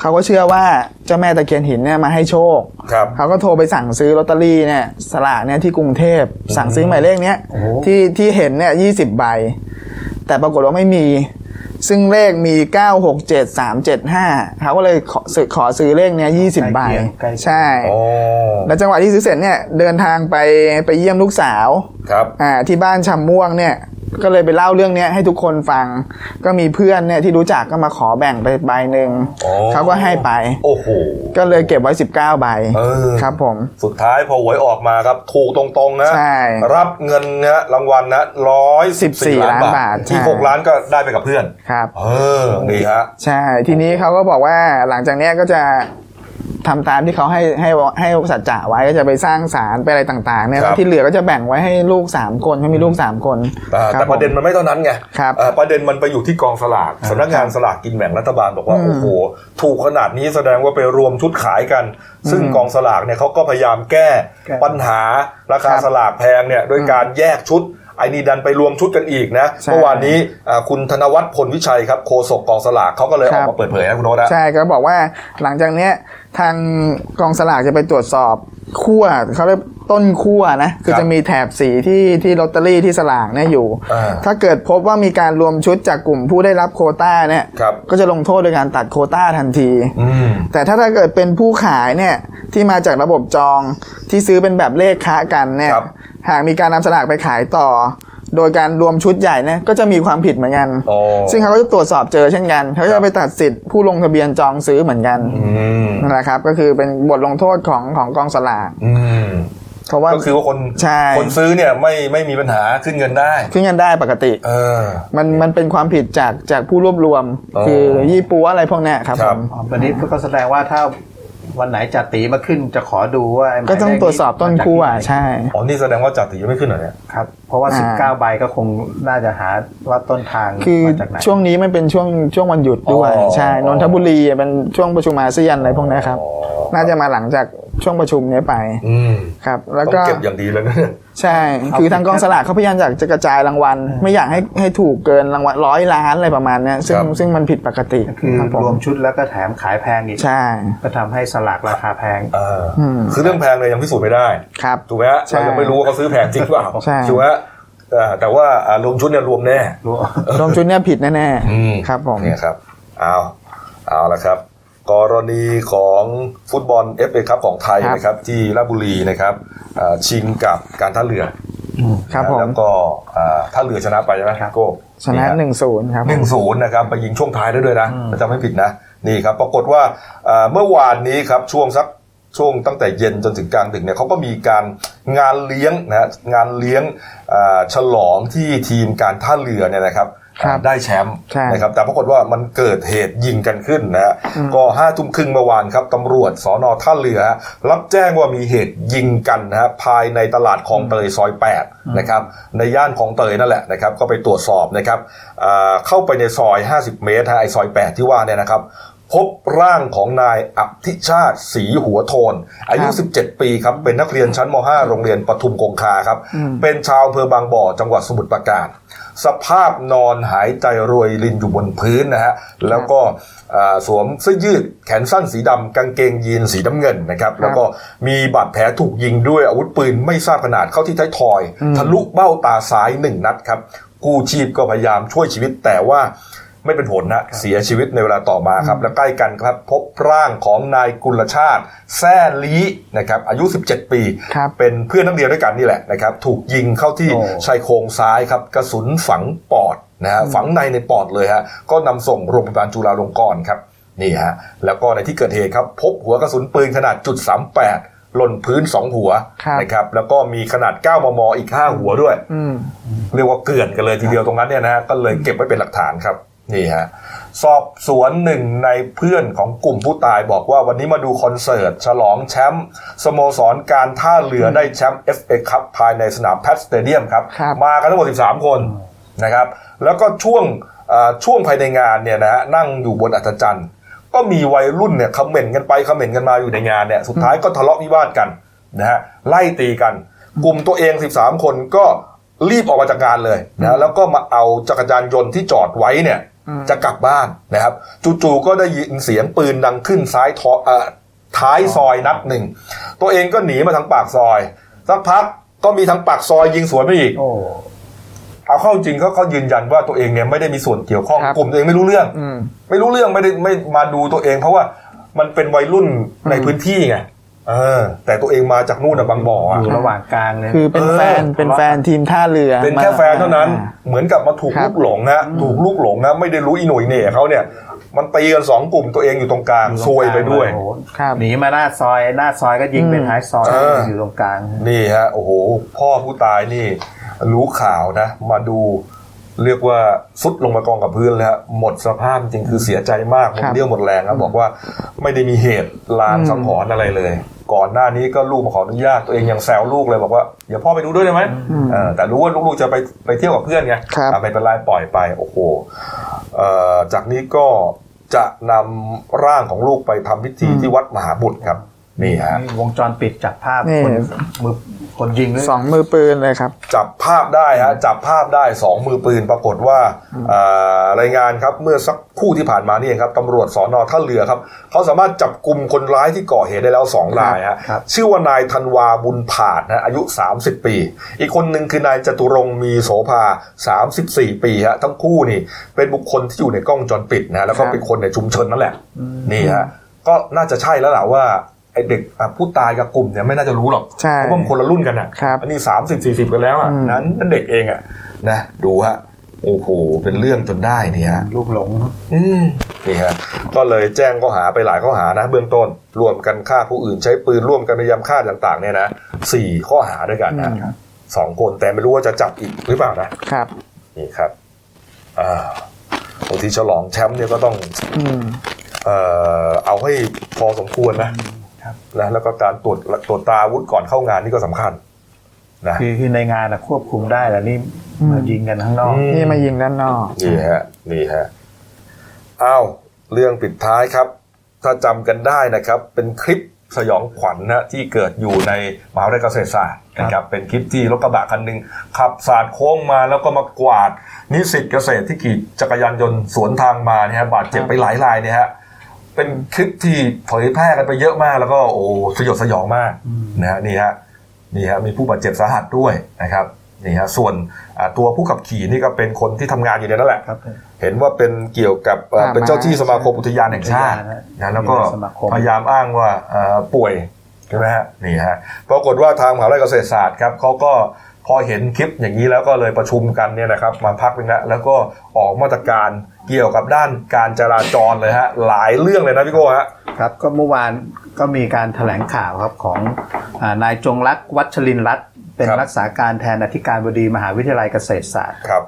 S6: เขาก็เชื่อว่าเจ้าแม่ตะเคียนหินเนี่ยมาให้โชค
S1: ครับ
S6: เขาก็โทรไปสั่งซื้อลอตเตอรี่เนี่ยสลากเนี่ยที่กรุงเทพ สั่งซื้อหมายเลขเนี้ยที่ที่เห็นเนี่ยยี่สิบใบ แต่ปรากฏว่าไม่มี ซึ่งเลขมี 9 6 7 3 7 5 เขาก็เลยขอซื้อขอซื้อเลขเนี้ยยี่สิบใบ
S3: ใกล้เคียงใกล้เคียง
S6: ใช่
S1: อ๋อ
S6: แล้วจังหวะที่ซื้อเสร็จเนี่ยเดินทางไปไปเยี่ยมลูกสาว
S1: ครับ
S6: อ่าที่บ้านชำม่วงเนี่ยก็เลยไปเล่าเรื่องเนี้ยให้ทุกคนฟัง ก็มีเพื่อนเนี่ยที่รู้จักก็มาขอแบ่งไปใบหนึ่ง
S1: อ๋อ
S6: เขาก็ให้ไป
S1: โอ้โห
S6: ก็เลยเก็บไว้ 19ใบ
S1: เออ
S6: ครับผม
S1: สุดท้ายพอหวยออกมาครับถูกตรงๆนะ
S6: ใช่
S1: รับเงินนะรางวัลนะร้อยสิบสี่
S6: 14
S1: ล้านบา
S6: บา
S1: ท
S6: ท
S1: ที่
S6: ใช่
S1: หกล้านก็ได้ไปกับเพื่อน
S6: ครับ
S1: เออนี่ฮะ
S6: ใช่ทีนี้เขาก็บอกว่าหลังจากเนี้ยก็จะทำตามที่เขาให้ให้ให้สัจจะไว้ก็จะไปสร้างศาลไปอะไรต่างๆเนี่
S1: ครั
S6: ย
S1: บ
S6: แล้วที่เหลือก็จะแบ่งไว้ให้ลูกสามคนเขามีลูกสามคน
S1: แต่
S6: คบ
S1: แต่ประเด็น
S6: ผม
S1: มันไม่เท่านั้นไง
S6: ครับ
S1: เอ่อประเด็นมันไปอยู่ที่กองสลากสำนักงานสลากกินแบ่งรัฐบาลบอกว่า
S6: อืม
S1: โอ้โหถูกขนาดนี้แสดงว่าไปรวมชุดขายกัน ซึ่งกองสลากเนี่ยเขาก็พยายามแก้ปัญหาราคา
S6: ครับ
S1: สลากแพงเนี่ยด้วยการแยกชุดไอ้นี่ดันไปรวมชุดกันอีกนะ
S6: ใช่
S1: เมื่อวานนี้อ่าคุณธนวัฒน์พลวิชัยครับโฆษกกองสลากเขาก็เลยอ
S6: ครั
S1: อก
S6: บ
S1: มาเปิดเผยนะคุณโน้ตนะ
S6: ใช่ก็บอกว่าหลังจากเนี้ยทางกองสลากจะไปตรวจสอบขั้วเขาเรียกต้นขั้วนะคือ
S1: ครับ
S6: จะมีแถบสีที่ที่ลอตเตอรี่ที่สลากเนี่ยอยู่
S1: อ่า
S6: ถ้าเกิดพบว่ามีการรวมชุดจากกลุ่มผู้ได้รับโควต้าเนี่ย
S1: ครับ
S6: ก็จะลงโทษโดยการตัดโควต้าทันที
S1: อืม
S6: แต่ถ้าถ้าเกิดเป็นผู้ขายเนี่ยที่มาจากระบบจองที่ซื้อเป็นแบบเลขค้ากันเนี่ย
S1: ครับ
S6: หากมีการนำสลากไปขายต่อ โดยการรวมชุดใหญ่เนี่ยก็จะมีความผิดเหมือนกัน
S1: อ๋อ
S6: ซึ่งเขาก็จะตรวจสอบเจอเช่นกัน เขาก็จะไปตัดสิทธิ์ผู้ลงทะเบียนจองซื้อเหมือนกัน
S1: อืม
S6: นั่นแหละครับ ก็คือเป็นบทลงโทษของของกองสลาก
S1: อืม
S6: เพราะว่า
S1: ก็คือว่าคน
S6: ใช่
S1: คนซื้อเนี่ยไม่ไม่มีปัญหาขึ้นเงินได้
S6: ขึ้นเงินได้ปกติ
S1: เออ
S6: มันมันเป็นความผิดจากจากผู้รวบรวม
S1: อ๋อ
S6: คือยี่ปัวอะไรพวกเนี้ยครับ
S1: ค
S6: ผ
S1: รับ
S6: ม
S3: อ๋อวันนี้ก็แสดงว่าถ้าวันไหนจ่าตีมาขึ้นจะขอดูว่าไหมายเลข
S6: ก็
S3: นี้
S6: ต้องตรวจสอบต้นคู่อ่ะใช่
S1: อ๋อนี่แสดงว่าจัดถือยังไม่ขึ้นเหรอเนี่ย
S3: ครับ เพราะว่า
S6: อ่า
S3: 19 ใบก็คงน่าจะหาว่าต้นทาง
S6: คือ
S3: มาจากไหน
S6: ช่วงนี้มันเป็นช่วงช่วงวันหยุดด้วย
S1: อ๋อ
S6: ใช่นนทบุรีเป็นช่วงประชุมอาเซียนอะไรพวกเนี้ยครับ
S1: อ๋อ
S6: น่าจะมาหลังจากช่วงประชุมเนี้ยไป
S1: อืม
S6: ครับ แล้ว
S1: ต้
S6: ก็
S1: องเก็บอย่างดีแล้วนะ
S6: ใช่
S3: เอา
S6: คือทาง
S3: ผิด
S6: กอ
S3: ค
S6: ง
S3: รับ
S6: สลากเขาพยายามอยากจะกระจายรางวัล ไม่อยากให้ให้ถูกเกินรางวัลร้อยล้านอะไรประมาณเนี้ยซึ่ง
S1: ครับ
S6: ซึ่งมันผิดปกติ
S3: คือ
S6: ครับผ
S3: รว
S6: ม
S3: มชุดแล้วก็แถมขายแพงอีก
S6: ใช่
S3: ก็ทำให้สลากราคาแพง
S1: เอออ
S6: ม
S1: คือเรื่องแพงเลยยังพิสูจน์ไม่ได้
S6: ครับ
S1: ถูกไหมฮะ
S6: ใช่
S1: เรายังไม่รู้ว่าเขาซื้อแพงจริงเปล่า
S6: ใช่
S1: ถูกไหมฮะเออแต่ว่าอ่ารวมชุดเนี่ยรวมแน่
S6: รวมชุดเนี้ยผิดแน่
S1: อืม
S6: ๆครับผม
S1: เนี่ยครับเอาเอาละครับ กรณีของฟุตบอล FA ครับของไทย
S6: ครับ
S1: นะครับ ที่ราชบุรีนะครับเอ่อชิงกับการท่าเรือ
S6: ครับ
S1: นะ
S6: ผ
S1: แล้
S6: ม
S1: วก็เอ่อท่าเรือชนะไปใช่ไหมโก้
S6: ชนะ
S1: ฮ
S6: หนึ่งศูนย์ครับ
S1: หนึ่งศูนย์นะครับไปยิงช่วงท้ายได้ด้วยนะถ้าจำไม่ผิดนะนี่ครับ ปรากฏว่าเอ่อเมื่อวานนี้ครับช่วงสักช่วงตั้งแต่เย็นจนถึงกลางดึกเนี่ยเขาก็มีการงานเลี้ยงนะฮะงานเลี้ยงเอ่อฉลองที่ทีมการท่าเรือเนี่ยนะครับ
S6: ครับ
S1: ได้แชมป์
S6: ใช่
S1: นะครับแต่ปรากฏว่ามันเกิดเหตุยิงกันขึ้นนะฮะก็ห้าทุ่มครึ่งเมื่อวานครับตำรวจสอนอท่าเรือฮะรับแจ้งว่ามีเหตุยิงกันนะฮะภายในตลาดคลองเตยซอย8นะครับในย่านคลองเตยนั่นแหละนะครับก็ไปตรวจสอบนะครับอ่าเข้าไปในซอย 50 เมตรฮะไอซอย 8 ที่ว่าเนี่ยนะครับ พบร่างของนายอภิชาติศรีหัวโทน อายุ 17 ปีครับเป็นนักเรียนชั้นม .5 โรงเรียนปทุมคงคาครับเป็นชาวอำเภอบางบ่อจังหวัดสมุทรปราการ สภาพนอนหายใจรวยรินอยู่บนพื้นนะฮะ แล้วก็อ่าสวมเสื้อยืดแขนสั้นสีดำกางเกงยีนสีน้ำเงินนะครับ แล้วก็มีบาดแผลถูกยิงด้วยอาวุธปืนไม่ทราบขนาดเข้าที่ท้ายทอย ทะลุเบ้าตาซ้ายหนึ่งนัดครับ กู้ชีพก็พยายามช่วยชีวิตแต่ว่า ไม่เป็นผลนะเสียชีวิตในเวลาต่อมาครับและใกล้กันครับพบร่างของนายกุลชาติแซ่ลีนะครับอายุ 17 ปี
S6: ครับ
S1: เป็นเพื่อนนักเรียนด้วยกันนี่แหละนะครับถูกยิงเข้าที่
S3: โอ้
S1: ชายโครงซ้ายครับกระสุนฝังปอดนะฮะฝังในในปอดเลยฮะก็นำส่งโรงพยาบาลจุฬาลงกรณ์ครับนี่ฮะแล้วก็ในที่เกิดเหตุครับพบหัวกระสุนปืนขนาดจุด38หล่นพื้น 2 หัว
S6: ครับ
S1: นะครับแล้วก็มีขนาด 9 มม อีก 5 หัวด้วย
S6: อืม
S1: เรียกว่าเกลื่อนกันเลยทีเดียวตรงนั้นเนี่ยนะฮะก็เลยเก็บไว้เป็นหลักฐานครับนี่ฮะ สอบสวนหนึ่งในเพื่อนของกลุ่มผู้ตายบอกว่าวันนี้มาดูคอนเสิร์ต ฉลองแชมป์สโมสรการท่าเรือได้แชมป์ FA ครับภายในสนามแพทสเตเดียมครับ
S6: ครับ
S1: มากันทั้งหมด 13 คนนะครับ แล้วก็ช่วงเอ่อช่วงภายในงานเนี่ยนะฮะนั่งอยู่บนอัศจรรย์ ก็มีวัยรุ่นเนี่ยคอมเมนต์กันไปคอมเมนต์กันมาอยู่ในงานเนี่ยสุดท้ายก็ทะเลาะวิวาทกันนะฮะไล่ตีกัน กลุ่มตัวเอง 13 คนก็รีบออกมาจากงานเลยนะแล้วก็มาเอาจักรยานยนต์ที่จอดไว้เนี่ยจะกลับบ้านนะครับจู่ๆก็ได้ยินเสียงปืนดังขึ้นซ้ายทอเอ่อท้ายซอยนัดหนึ่ง ตัวเองก็หนีมาทางปากซอยสักพักก็มีทางปากซอยยิงสวนไปอีก
S3: โอ้
S1: เอาเข้าจริงเขาเขายืนยันว่าตัวเองเนี่ยไม่ได้มีส่วนเกี่ยวข้อง
S6: ครับ
S1: กลุ่มตัวเองไม่รู้เรื่อง
S6: อืม
S1: ไม่รู้เรื่องไม่ได้ไม่มาดูตัวเอง เพราะว่ามันเป็นวัยรุ่นในพื้นที่ไงเออ แต่ตัวเองมาจากนู่นน่ะบางบ่ออะ
S3: อยู่ระหว่างกลางเลย
S6: คือเป็นแฟน
S1: เออ
S6: เป็นแฟนทีมท่าเรือ
S1: เป็นแค่
S6: มา
S1: แฟนเท่านั้น
S6: อ่
S1: เหมือนกับมาถูก
S6: ครับ
S1: ลูกหลงนะถูกลูกหลงนะไม่ได้รู้อีหน่ยเหน่เขาเนี่ย มันตีกันสองกลุ่มตัวเองอยู่ตรงกลาง
S3: อยู่
S1: ซวยไปด้วย
S3: โอ้โห
S6: ครับ
S3: หนีมาหน้าซอยหน้าซอยก็ยิงไปท้ายซอย
S1: เอออ
S3: ยู่ตรงกลาง
S1: นี่ฮะโอ้โห พ่อผู้ตายนี่ รู้ข่าวนะ มาดูเรียกว่าสุดลงมากองกับพื้นแล้วฮะหมดสภาพจริงคือเสียใจมากหม
S6: ค
S1: ด
S6: รับ
S1: เรี่ยวหมดแรงครับบอกว่าไม่ได้มีเหตุลาง
S6: อืม
S1: สังหรณ์อะไรเลย ก่อนหน้านี้ก็ลูกมาขออนุญาตตัวเองยังแซวลูกเลยบอกว่าอย่าพ่อไปดูด้วยได้ไหมเออแต่รู้ว่าลูกๆจะไปไปเที่ยวกับเพื่อนไง
S6: ครับ
S1: อ่ะไม่เป็นไรปล่อยไปโอ้โหเอ่อจากนี้ก็จะนำร่างของลูกไปทำพิธีที่วัดมหาบุตรครับ นี่ฮะ
S3: วงจรปิดจับภาพ
S6: นี่
S3: คนมือคนยิงด้วย
S6: สองมือปืนเลยครับ
S1: จับภาพได้ฮะจับภาพได้สองมือปืนปรากฏว่าเอ่อรายงานครับเมื่อสักครู่ที่ผ่านมานี่เองครับตำรวจสอนอท่าเรือครับเขาสามารถจับกลุ่มคนร้ายที่ก่อเหตุได้แล้วสองรายฮะชื่อว่านายธันวาบุญผาดนะอายุ 30 ปี อีกคนหนึ่งคือนายจตุรงค์มีโสภา 34 ปีฮะทั้งคู่นี่เป็นบุคคลที่อยู่ในกล้องวงจรปิดนะฮะแล้วก็
S6: ครับ
S1: เป็นคนในชุมชนนั่นแหละนี่ฮะก็น่าจะใช่แล้วล่ะว่าไอเด็กอ่ะผู้ตายกับกลุ่มเนี่ยไม่น่าจะรู้หรอก
S6: ใช่
S1: เพราะว่ามันคนละรุ่นกันอ่ะ
S6: ครับ
S1: อันนี้สามสิบสี่สิบกันแล้วอ่ะ
S6: อืม
S1: นั้นนั่นเด็กเองอ่ะนะดูฮะโอ้โหเป็นเรื่องจนได้เนี่ยฮะ
S3: ลูกหลง
S1: อืมนี่ฮะก็เลยแจ้งข้อหาไปหลายข้อหานะเบื้องต้นรวมกันฆ่าผู้อื่นใช้ปืนร่วมกันพยายามฆ่าต่างๆเนี่ยนะสี่ข้อหาด้วยกันนะสองคนแต่ไม่รู้ว่าจะจับอีกหรือเปล่านะ
S6: ครับ
S1: นี่ครับอ่าบางทีฉลองแชมป์เนี่ยก็ต้อง
S6: อืม
S1: เอ่อเอาให้พอสมควรนะนะแล้วก็การตรวจตรวจตราอาวุธก่อนเข้างานนี่ก็สำคัญนะ
S3: คือคือในงานน่ะควบคุมได้แล้วนี่มายิงกันข้างนอก
S6: นี่มายิงด้านนอก
S1: นี่ฮะ นี่ฮะ อ้าว เรื่องปิดท้ายครับ ถ้าจำกันได้นะครับ เป็นคลิปสยองขวัญนะที่เกิดอยู่ในมหาวิทยาลัยเกษตรศาสตร์นะครับ เป็นคลิปที่รถกระบะคันหนึ่งขับสาดโค้งมาแล้วก็มากวาด นิสิตเกษตรที่ขี่จักรยานยนต์สวนทางมาเนี่ยฮะบาดเจ็บไปหลายรายเนี่ยฮะ เป็นคลิปที่เผยแพร่กันไปเยอะมาก แล้วก็โอ้สยดสยองมากนะฮะนี่ฮะนี่ฮะมีผู้บาดเจ็บสาหัสด้วยนะครับนี่ฮะส่วนอ่าตัวผู้ขับขี่นี่ก็เป็นคนที่ทำงานอยู่ในนั้นแหละ
S3: ครับผม
S1: เห็นว่าเป็นเกี่ยวกับเอ่อ
S6: ป่าไม้
S1: เป็นเจ้าที่สมาคมอุทยานแห่งชาตินะแล้วก็
S3: อยู่ในสมาคม
S1: พยายามอ้างว่าเอ่อป่วยใช่ไหมฮะนี่ฮะปรากฏว่าทางมหาวิทยาลัยเกษตรศาสตร์ครับเขาก็พอเห็นคลิปอย่างนี้แล้วก็เลยประชุมกันเนี่ยนะครับมาพักหนึงแล้วแล้วก็ออกมาตรการเกี่ยวกับด้านการจราจรเลยฮะหลายเรื่องเลยนะพี่โก้ฮะ
S3: ครับก็เมื่อวานก็มีการแถลงข่าวครับของอานายจงรักวัชรินทร์รัตน์เป็น
S1: ครับ
S3: รักษาการแทนอธิการบดีมหาวิทยาลัยเกษตรศาสตร์
S1: ครับ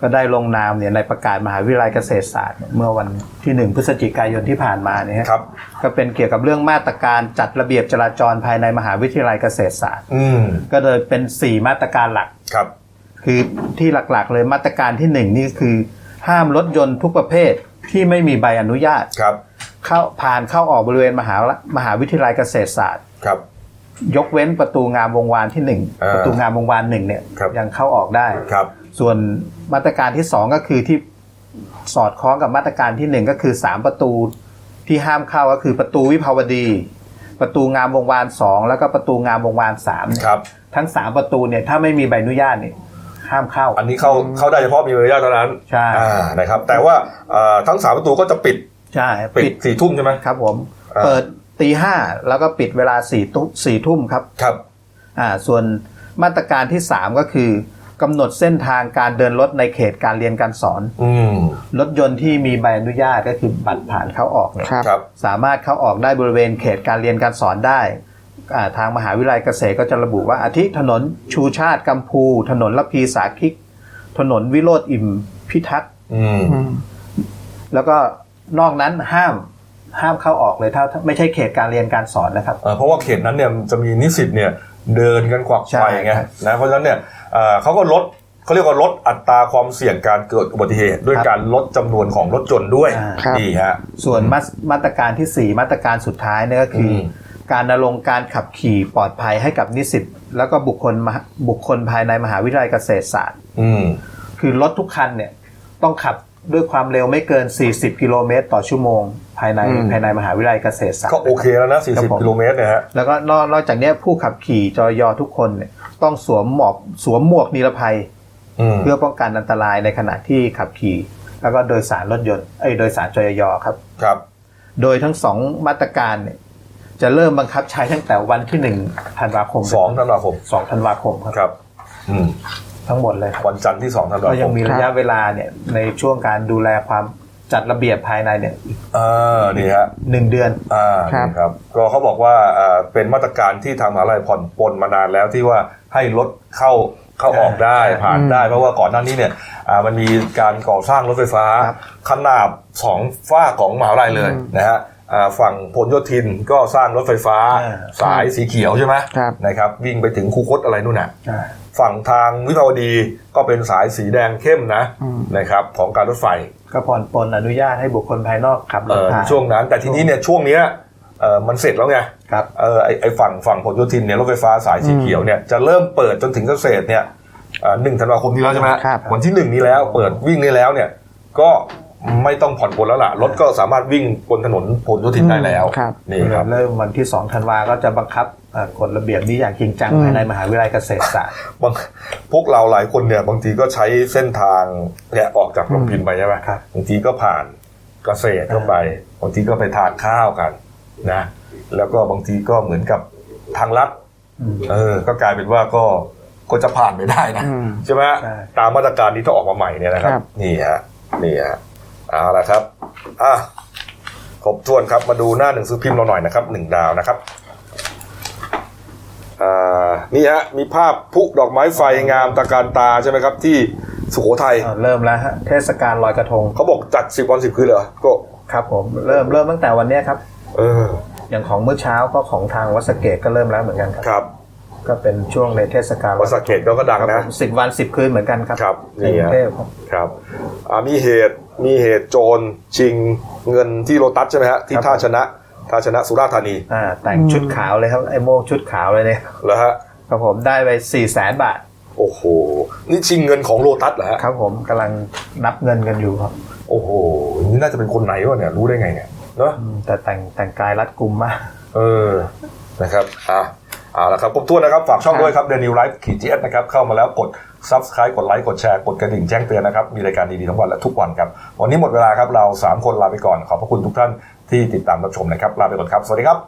S3: ก็ได้ลงนามเนี่ยในประกาศมหาวิทยาลัยเกษตรศาสตร์ เมื่อวันที่หนึ่งพฤศจิกายนที่ผ่านมาเนี่ย
S1: ครับ
S3: ก็เป็นเกี่ยวกับเรื่องมาตรการจัดระเบียบจราจรภายในมหาวิทยาลัยเกษตรศาสตร์
S1: อืม
S3: ก็เลยเป็น 4 มาตรการหลัก
S1: ครับ
S3: คือที่หลักๆ เลยมาตรการที่ 1 นี่คือ ห้ามรถยนต์ทุกประเภทที่ไม่มีใบอนุญาต
S1: ครับ
S3: เข้าผ่านเข้าออกบริเวณมหามหาวิทยาลัยเกษตรศาสตร์
S1: ครับ
S3: ยกเว้นประตูงามวงวานที่หนึ่ง
S1: อ่า
S3: ประตูงามวงวานหนึ่งเนี่ย
S1: ครับ
S3: ยังเข้าออกได้
S1: ครับ
S3: ส่วนมาตรการที่สองก็คือที่สอดคล้องกับมาตรการที่หนึ่งก็คือสามประตูที่ห้ามเข้าก็คือประตูวิภาวดี ประตูงามวงวานสองแล้วก็ประตูงามวงวานสามเนี่ย
S1: ครับ
S3: ทั้งสามประตูเนี่ยถ้าไม่มีใบอนุญาตเนี่ยห้ามเข้า
S1: อันนี้เข้าเข้าได้เฉพาะมีใบอนุญาตเท่านั้น
S3: ใช่
S1: อ่านะครับ แต่ว่าเอ่อทั้งสามประตูก็จะปิด
S3: ใช่
S1: ปิ
S3: ปิ
S1: ด
S3: ด
S1: สี่ทุ่มใช่ไหม
S3: ครับผม
S1: อ่า
S3: เปิดตีห้าแล้วก็ปิดเวลาสี่ทุ่มสี่ทุ่มครับ
S1: ครับ
S3: อ่าส่วนมาตรการที่ 3 ก็คือกำหนดเส้นทางการเดินรถในเขตการเรียนการสอน
S1: อืม
S3: รถยนต์ที่มีใบอนุญาตก็คือบัตรผ่านเข้าออกเนี่ย
S6: ครับ
S1: ครับ
S3: สามารถเข้าออกได้บริเวณเขตการเรียนการสอนได้อ่าทางมหาวิทยาลัยเกษตรก็จะระบุว่าอาทิถนนชูชาติกัมพู ถนนละพีสาคิก ถนนวิโรธอิ่มพิทักษ์
S1: อืม
S6: อืม
S3: แล้วก็นอกนั้นห้ามห้ามเข้าออกเลยถ้าถ้าไม่ใช่เขตการเรียนการสอนนะครับ
S1: เอ่อเพราะว่าเขตนั้นเนี่ยจะมีนิสิตเนี่ยเดินกันขวักไขวไง
S3: ใช่ครับ
S1: นะเพราะฉะนั้นเนี่ยเอ่อเขาก็ลดเขาเรียกว่าลดอัตราความเสี่ยงการเกิดอุบัติเหตุ ด้วย
S3: ครับ
S1: การลดจำนวนของรถจนต์ด้วย
S3: อ่า
S6: ครับ
S1: นี่ฮะ
S3: ส่วนมาตรมาตรการทีสี่ 4 มาตรการสุดท้ายเนี่ยก็คืออ
S1: ม
S3: การณรงค์การขับขี่ปลอดภัยให้กับนิสิตแล้วก็บุคคลมหาบุคคลภายในมหาวิทยาลัยเกษตรศาสตร์
S1: อืม
S3: คือรถทุกคันเนี่ยต้องขับด้วยความเร็วไม่เกิน 40 กิโลเมตรต่อชั่วโมง ภายใน
S6: อืม
S3: ภายในมหาวิทยาลัยเกษตรศาสตร์
S1: ก็โอเคแล้วนะ
S3: ครับผ
S1: 40
S3: ม
S1: กิโลเมตรเนี่ยฮะ
S3: แล้วก็นอกนอกจากเนี้ยผู้ขับขี่จอยอทุกคนเนี่ยต้องสวมหมวกสวมหมวกนิรภัย
S1: อืม
S3: เพื่อป้องกันอันตรายในขณะที่ขับขี่ แล้วก็โดยสารรถยนต์เอ้ยโดยสารจอยอครับ
S1: ครับ
S3: โดยทั้งสองมาตรการเนี่ยจะเริ่มบังคับใช้ตั้งแต่วันที่หนึ่งธันวาคม
S1: สองธันวาคม
S3: สองธันวาคมครับ
S1: ครับอืม
S3: ทั้งหมดเลยครับ
S1: วันจันทร์ที่สองธันวา
S3: ก็
S1: ค
S3: ยัง
S1: ม
S3: มีระยะเวลาเนี่ยในช่วงการดูแลความจัดระเบียบภายในเนี่ยอีก
S1: อ่านี่ฮะ
S3: หนึ่งเดือน
S1: อ่า
S6: ครับ
S1: ครับก็เขาบอกว่าอ่าเป็นมาตรการที่ทางมหาลัยผ่อนปลนมานานแล้วที่ว่าให้รถเข้าเข้าออกได้
S3: อ่า
S1: ผ่านได้ เพราะว่าก่อนหน้านี้เนี่ยอ่ามันมีการก่อสร้างรถไฟฟ้า
S3: ครับ
S1: ขนาดสองฝ้ากของมหาลัยเลยนะฮะอ่าฝั่งพลโยธินก็สร้างรถไฟฟ้า สายสีเขียวใช่ไหม
S6: ครับ
S1: นะครับวิ่งไปถึงคูคตอะไรนู่นน่ะ
S3: อ่า
S1: ฝั่งทางวิภาวดีก็เป็นสายสีแดงเข้มนะนะครับของการรถไฟ
S3: ก็ผ่อนปลนอนุญาตให้บุคคลภายนอกขับร
S1: เอ่
S3: ถ
S1: อ
S3: ผ่าน
S1: ช่วงนั้นแต่ทีนี้เนี่ยช่วงเนี้ยเอ่อมันเสร็จแล้วไง
S3: ครับ
S1: เออไอไอฝั่งฝั่งผลโยธินเนี่ยรถไฟฟ้าสายสีเขียวเนี่ยจะเริ่มเปิดจนถึงเกษตรเนี่ยเอ่อหนึ่งธันวาคมนี้แล้วใช่ไหมฮะ
S6: ครับ
S1: วันที่หนึ่งนี้แล้วเปิดวิ่งนี้แล้วเนี่ยก็ไม่ต้องผ่อนปลนแล้วล่ะรถก็สามารถวิ่งบนถนนผลโยธินได้แล้ว
S6: ครับ
S1: นี่ครับ
S3: เริ่มวันที่สองธันวาก็จะบังคับเอ่อกฎระเบียบนี้อย่างจริงจัง
S6: อืม
S3: ภายในมหาวิทยาลัยเกษตรศาสตร์
S1: บางพวกเราหลายคนเนี่ยบางทีก็ใช้เส้นทางเนี่ยออกจากลมพินไปใช่ไหม
S3: ครับ
S1: บางทีก็ผ่านเกษตรเข้าไปบางทีก็ไปทานข้าวกันนะแล้วก็บางทีก็เหมือนกับทางลัด
S3: อืม
S1: เออ ก็กลายเป็นว่าก็ก็จะผ่านไม่ได้นะ
S6: อืม
S1: ใช่ไหมฮะ
S3: ใช่
S1: ตามมาตรการนี้ถ้าออกมาใหม่เนี่ยนะครับ
S6: ครับ
S1: นี่ฮะ นี่ฮะ เอาละครับ อ่ะ ครบถ้วนครับ มาดูหน้าหนึ่งซื้อพิมพ์เราหน่อยนะครับ หนึ่งดาวนะครับ อ่า นี่ฮะ มีภาพพลุดอกไม้ไฟงามตะการตาใช่ไหมครับ ที่สุโขทัย
S3: อ่าเริ่มแล้วฮะเทศกาลลอยกระทง
S1: เขาบอกจัดสิบวันสิบคืนเหรอ ก็
S3: ครับผมเริ่มเริ่มตั้งแต่วันเนี้ยครับ
S1: เออ
S3: อย่างของเมื่อเช้าก็ของทางวัดสะเกตก็เริ่มแล้วเหมือนกันครับ
S1: ครับ
S3: ก็เป็นช่วงในเทศกาล
S1: วัดสักเกตก็ก็ดัง
S3: ครับ
S1: นะ
S3: สิบวันสิบคืนเหมือนกันครับ
S1: ครับ
S3: ในกรุ
S1: นี่ฮะ
S3: งเทพครับ
S1: ครับอ่ามีเหตุมีเหตุโจรชิงเงินที่โลตัสใช่ไหมฮะที่ท่าชนะท่าชนะสุราษฎร์ธานี
S3: อ่าแต่งชุดขาวเลยครับไอ้โม่งชุดขาวเลยเนี่ย
S1: เหรอฮะ
S3: ครับผมได้ไปสี่แสนบาท
S1: โอ้โหนี่ชิงเงินของโลตัสเหรอฮะ
S3: ครับผมกำลังนับเงินกันอยู่ครับ
S1: โอ้โหนี่น่าจะเป็นคนไหนวะเนี่ยรู้ได้ไงเนี่ยเนาะ
S3: อืมแต่แต่งแต่งกายรัดกุมมาก
S1: เออนะครับอ่ะเอาละครับครบถ้วนนะครับ ฝากช่องด้วยครับเดนิวไลฟ์ขีดจีเอสนะครับเข้ามาแล้วกด subscribe กดไลค์กดแชร์กดกระดิ่งแจ้งเตือนนะครับ มีรายการดีๆทั้งวันและทุกวันครับ วันนี้หมดเวลาครับเราสามคนลาไปก่อนขอบพระคุณทุกท่านที่ติดตามรับชมนะครับลาไปก่อนครับสวัสดีครับ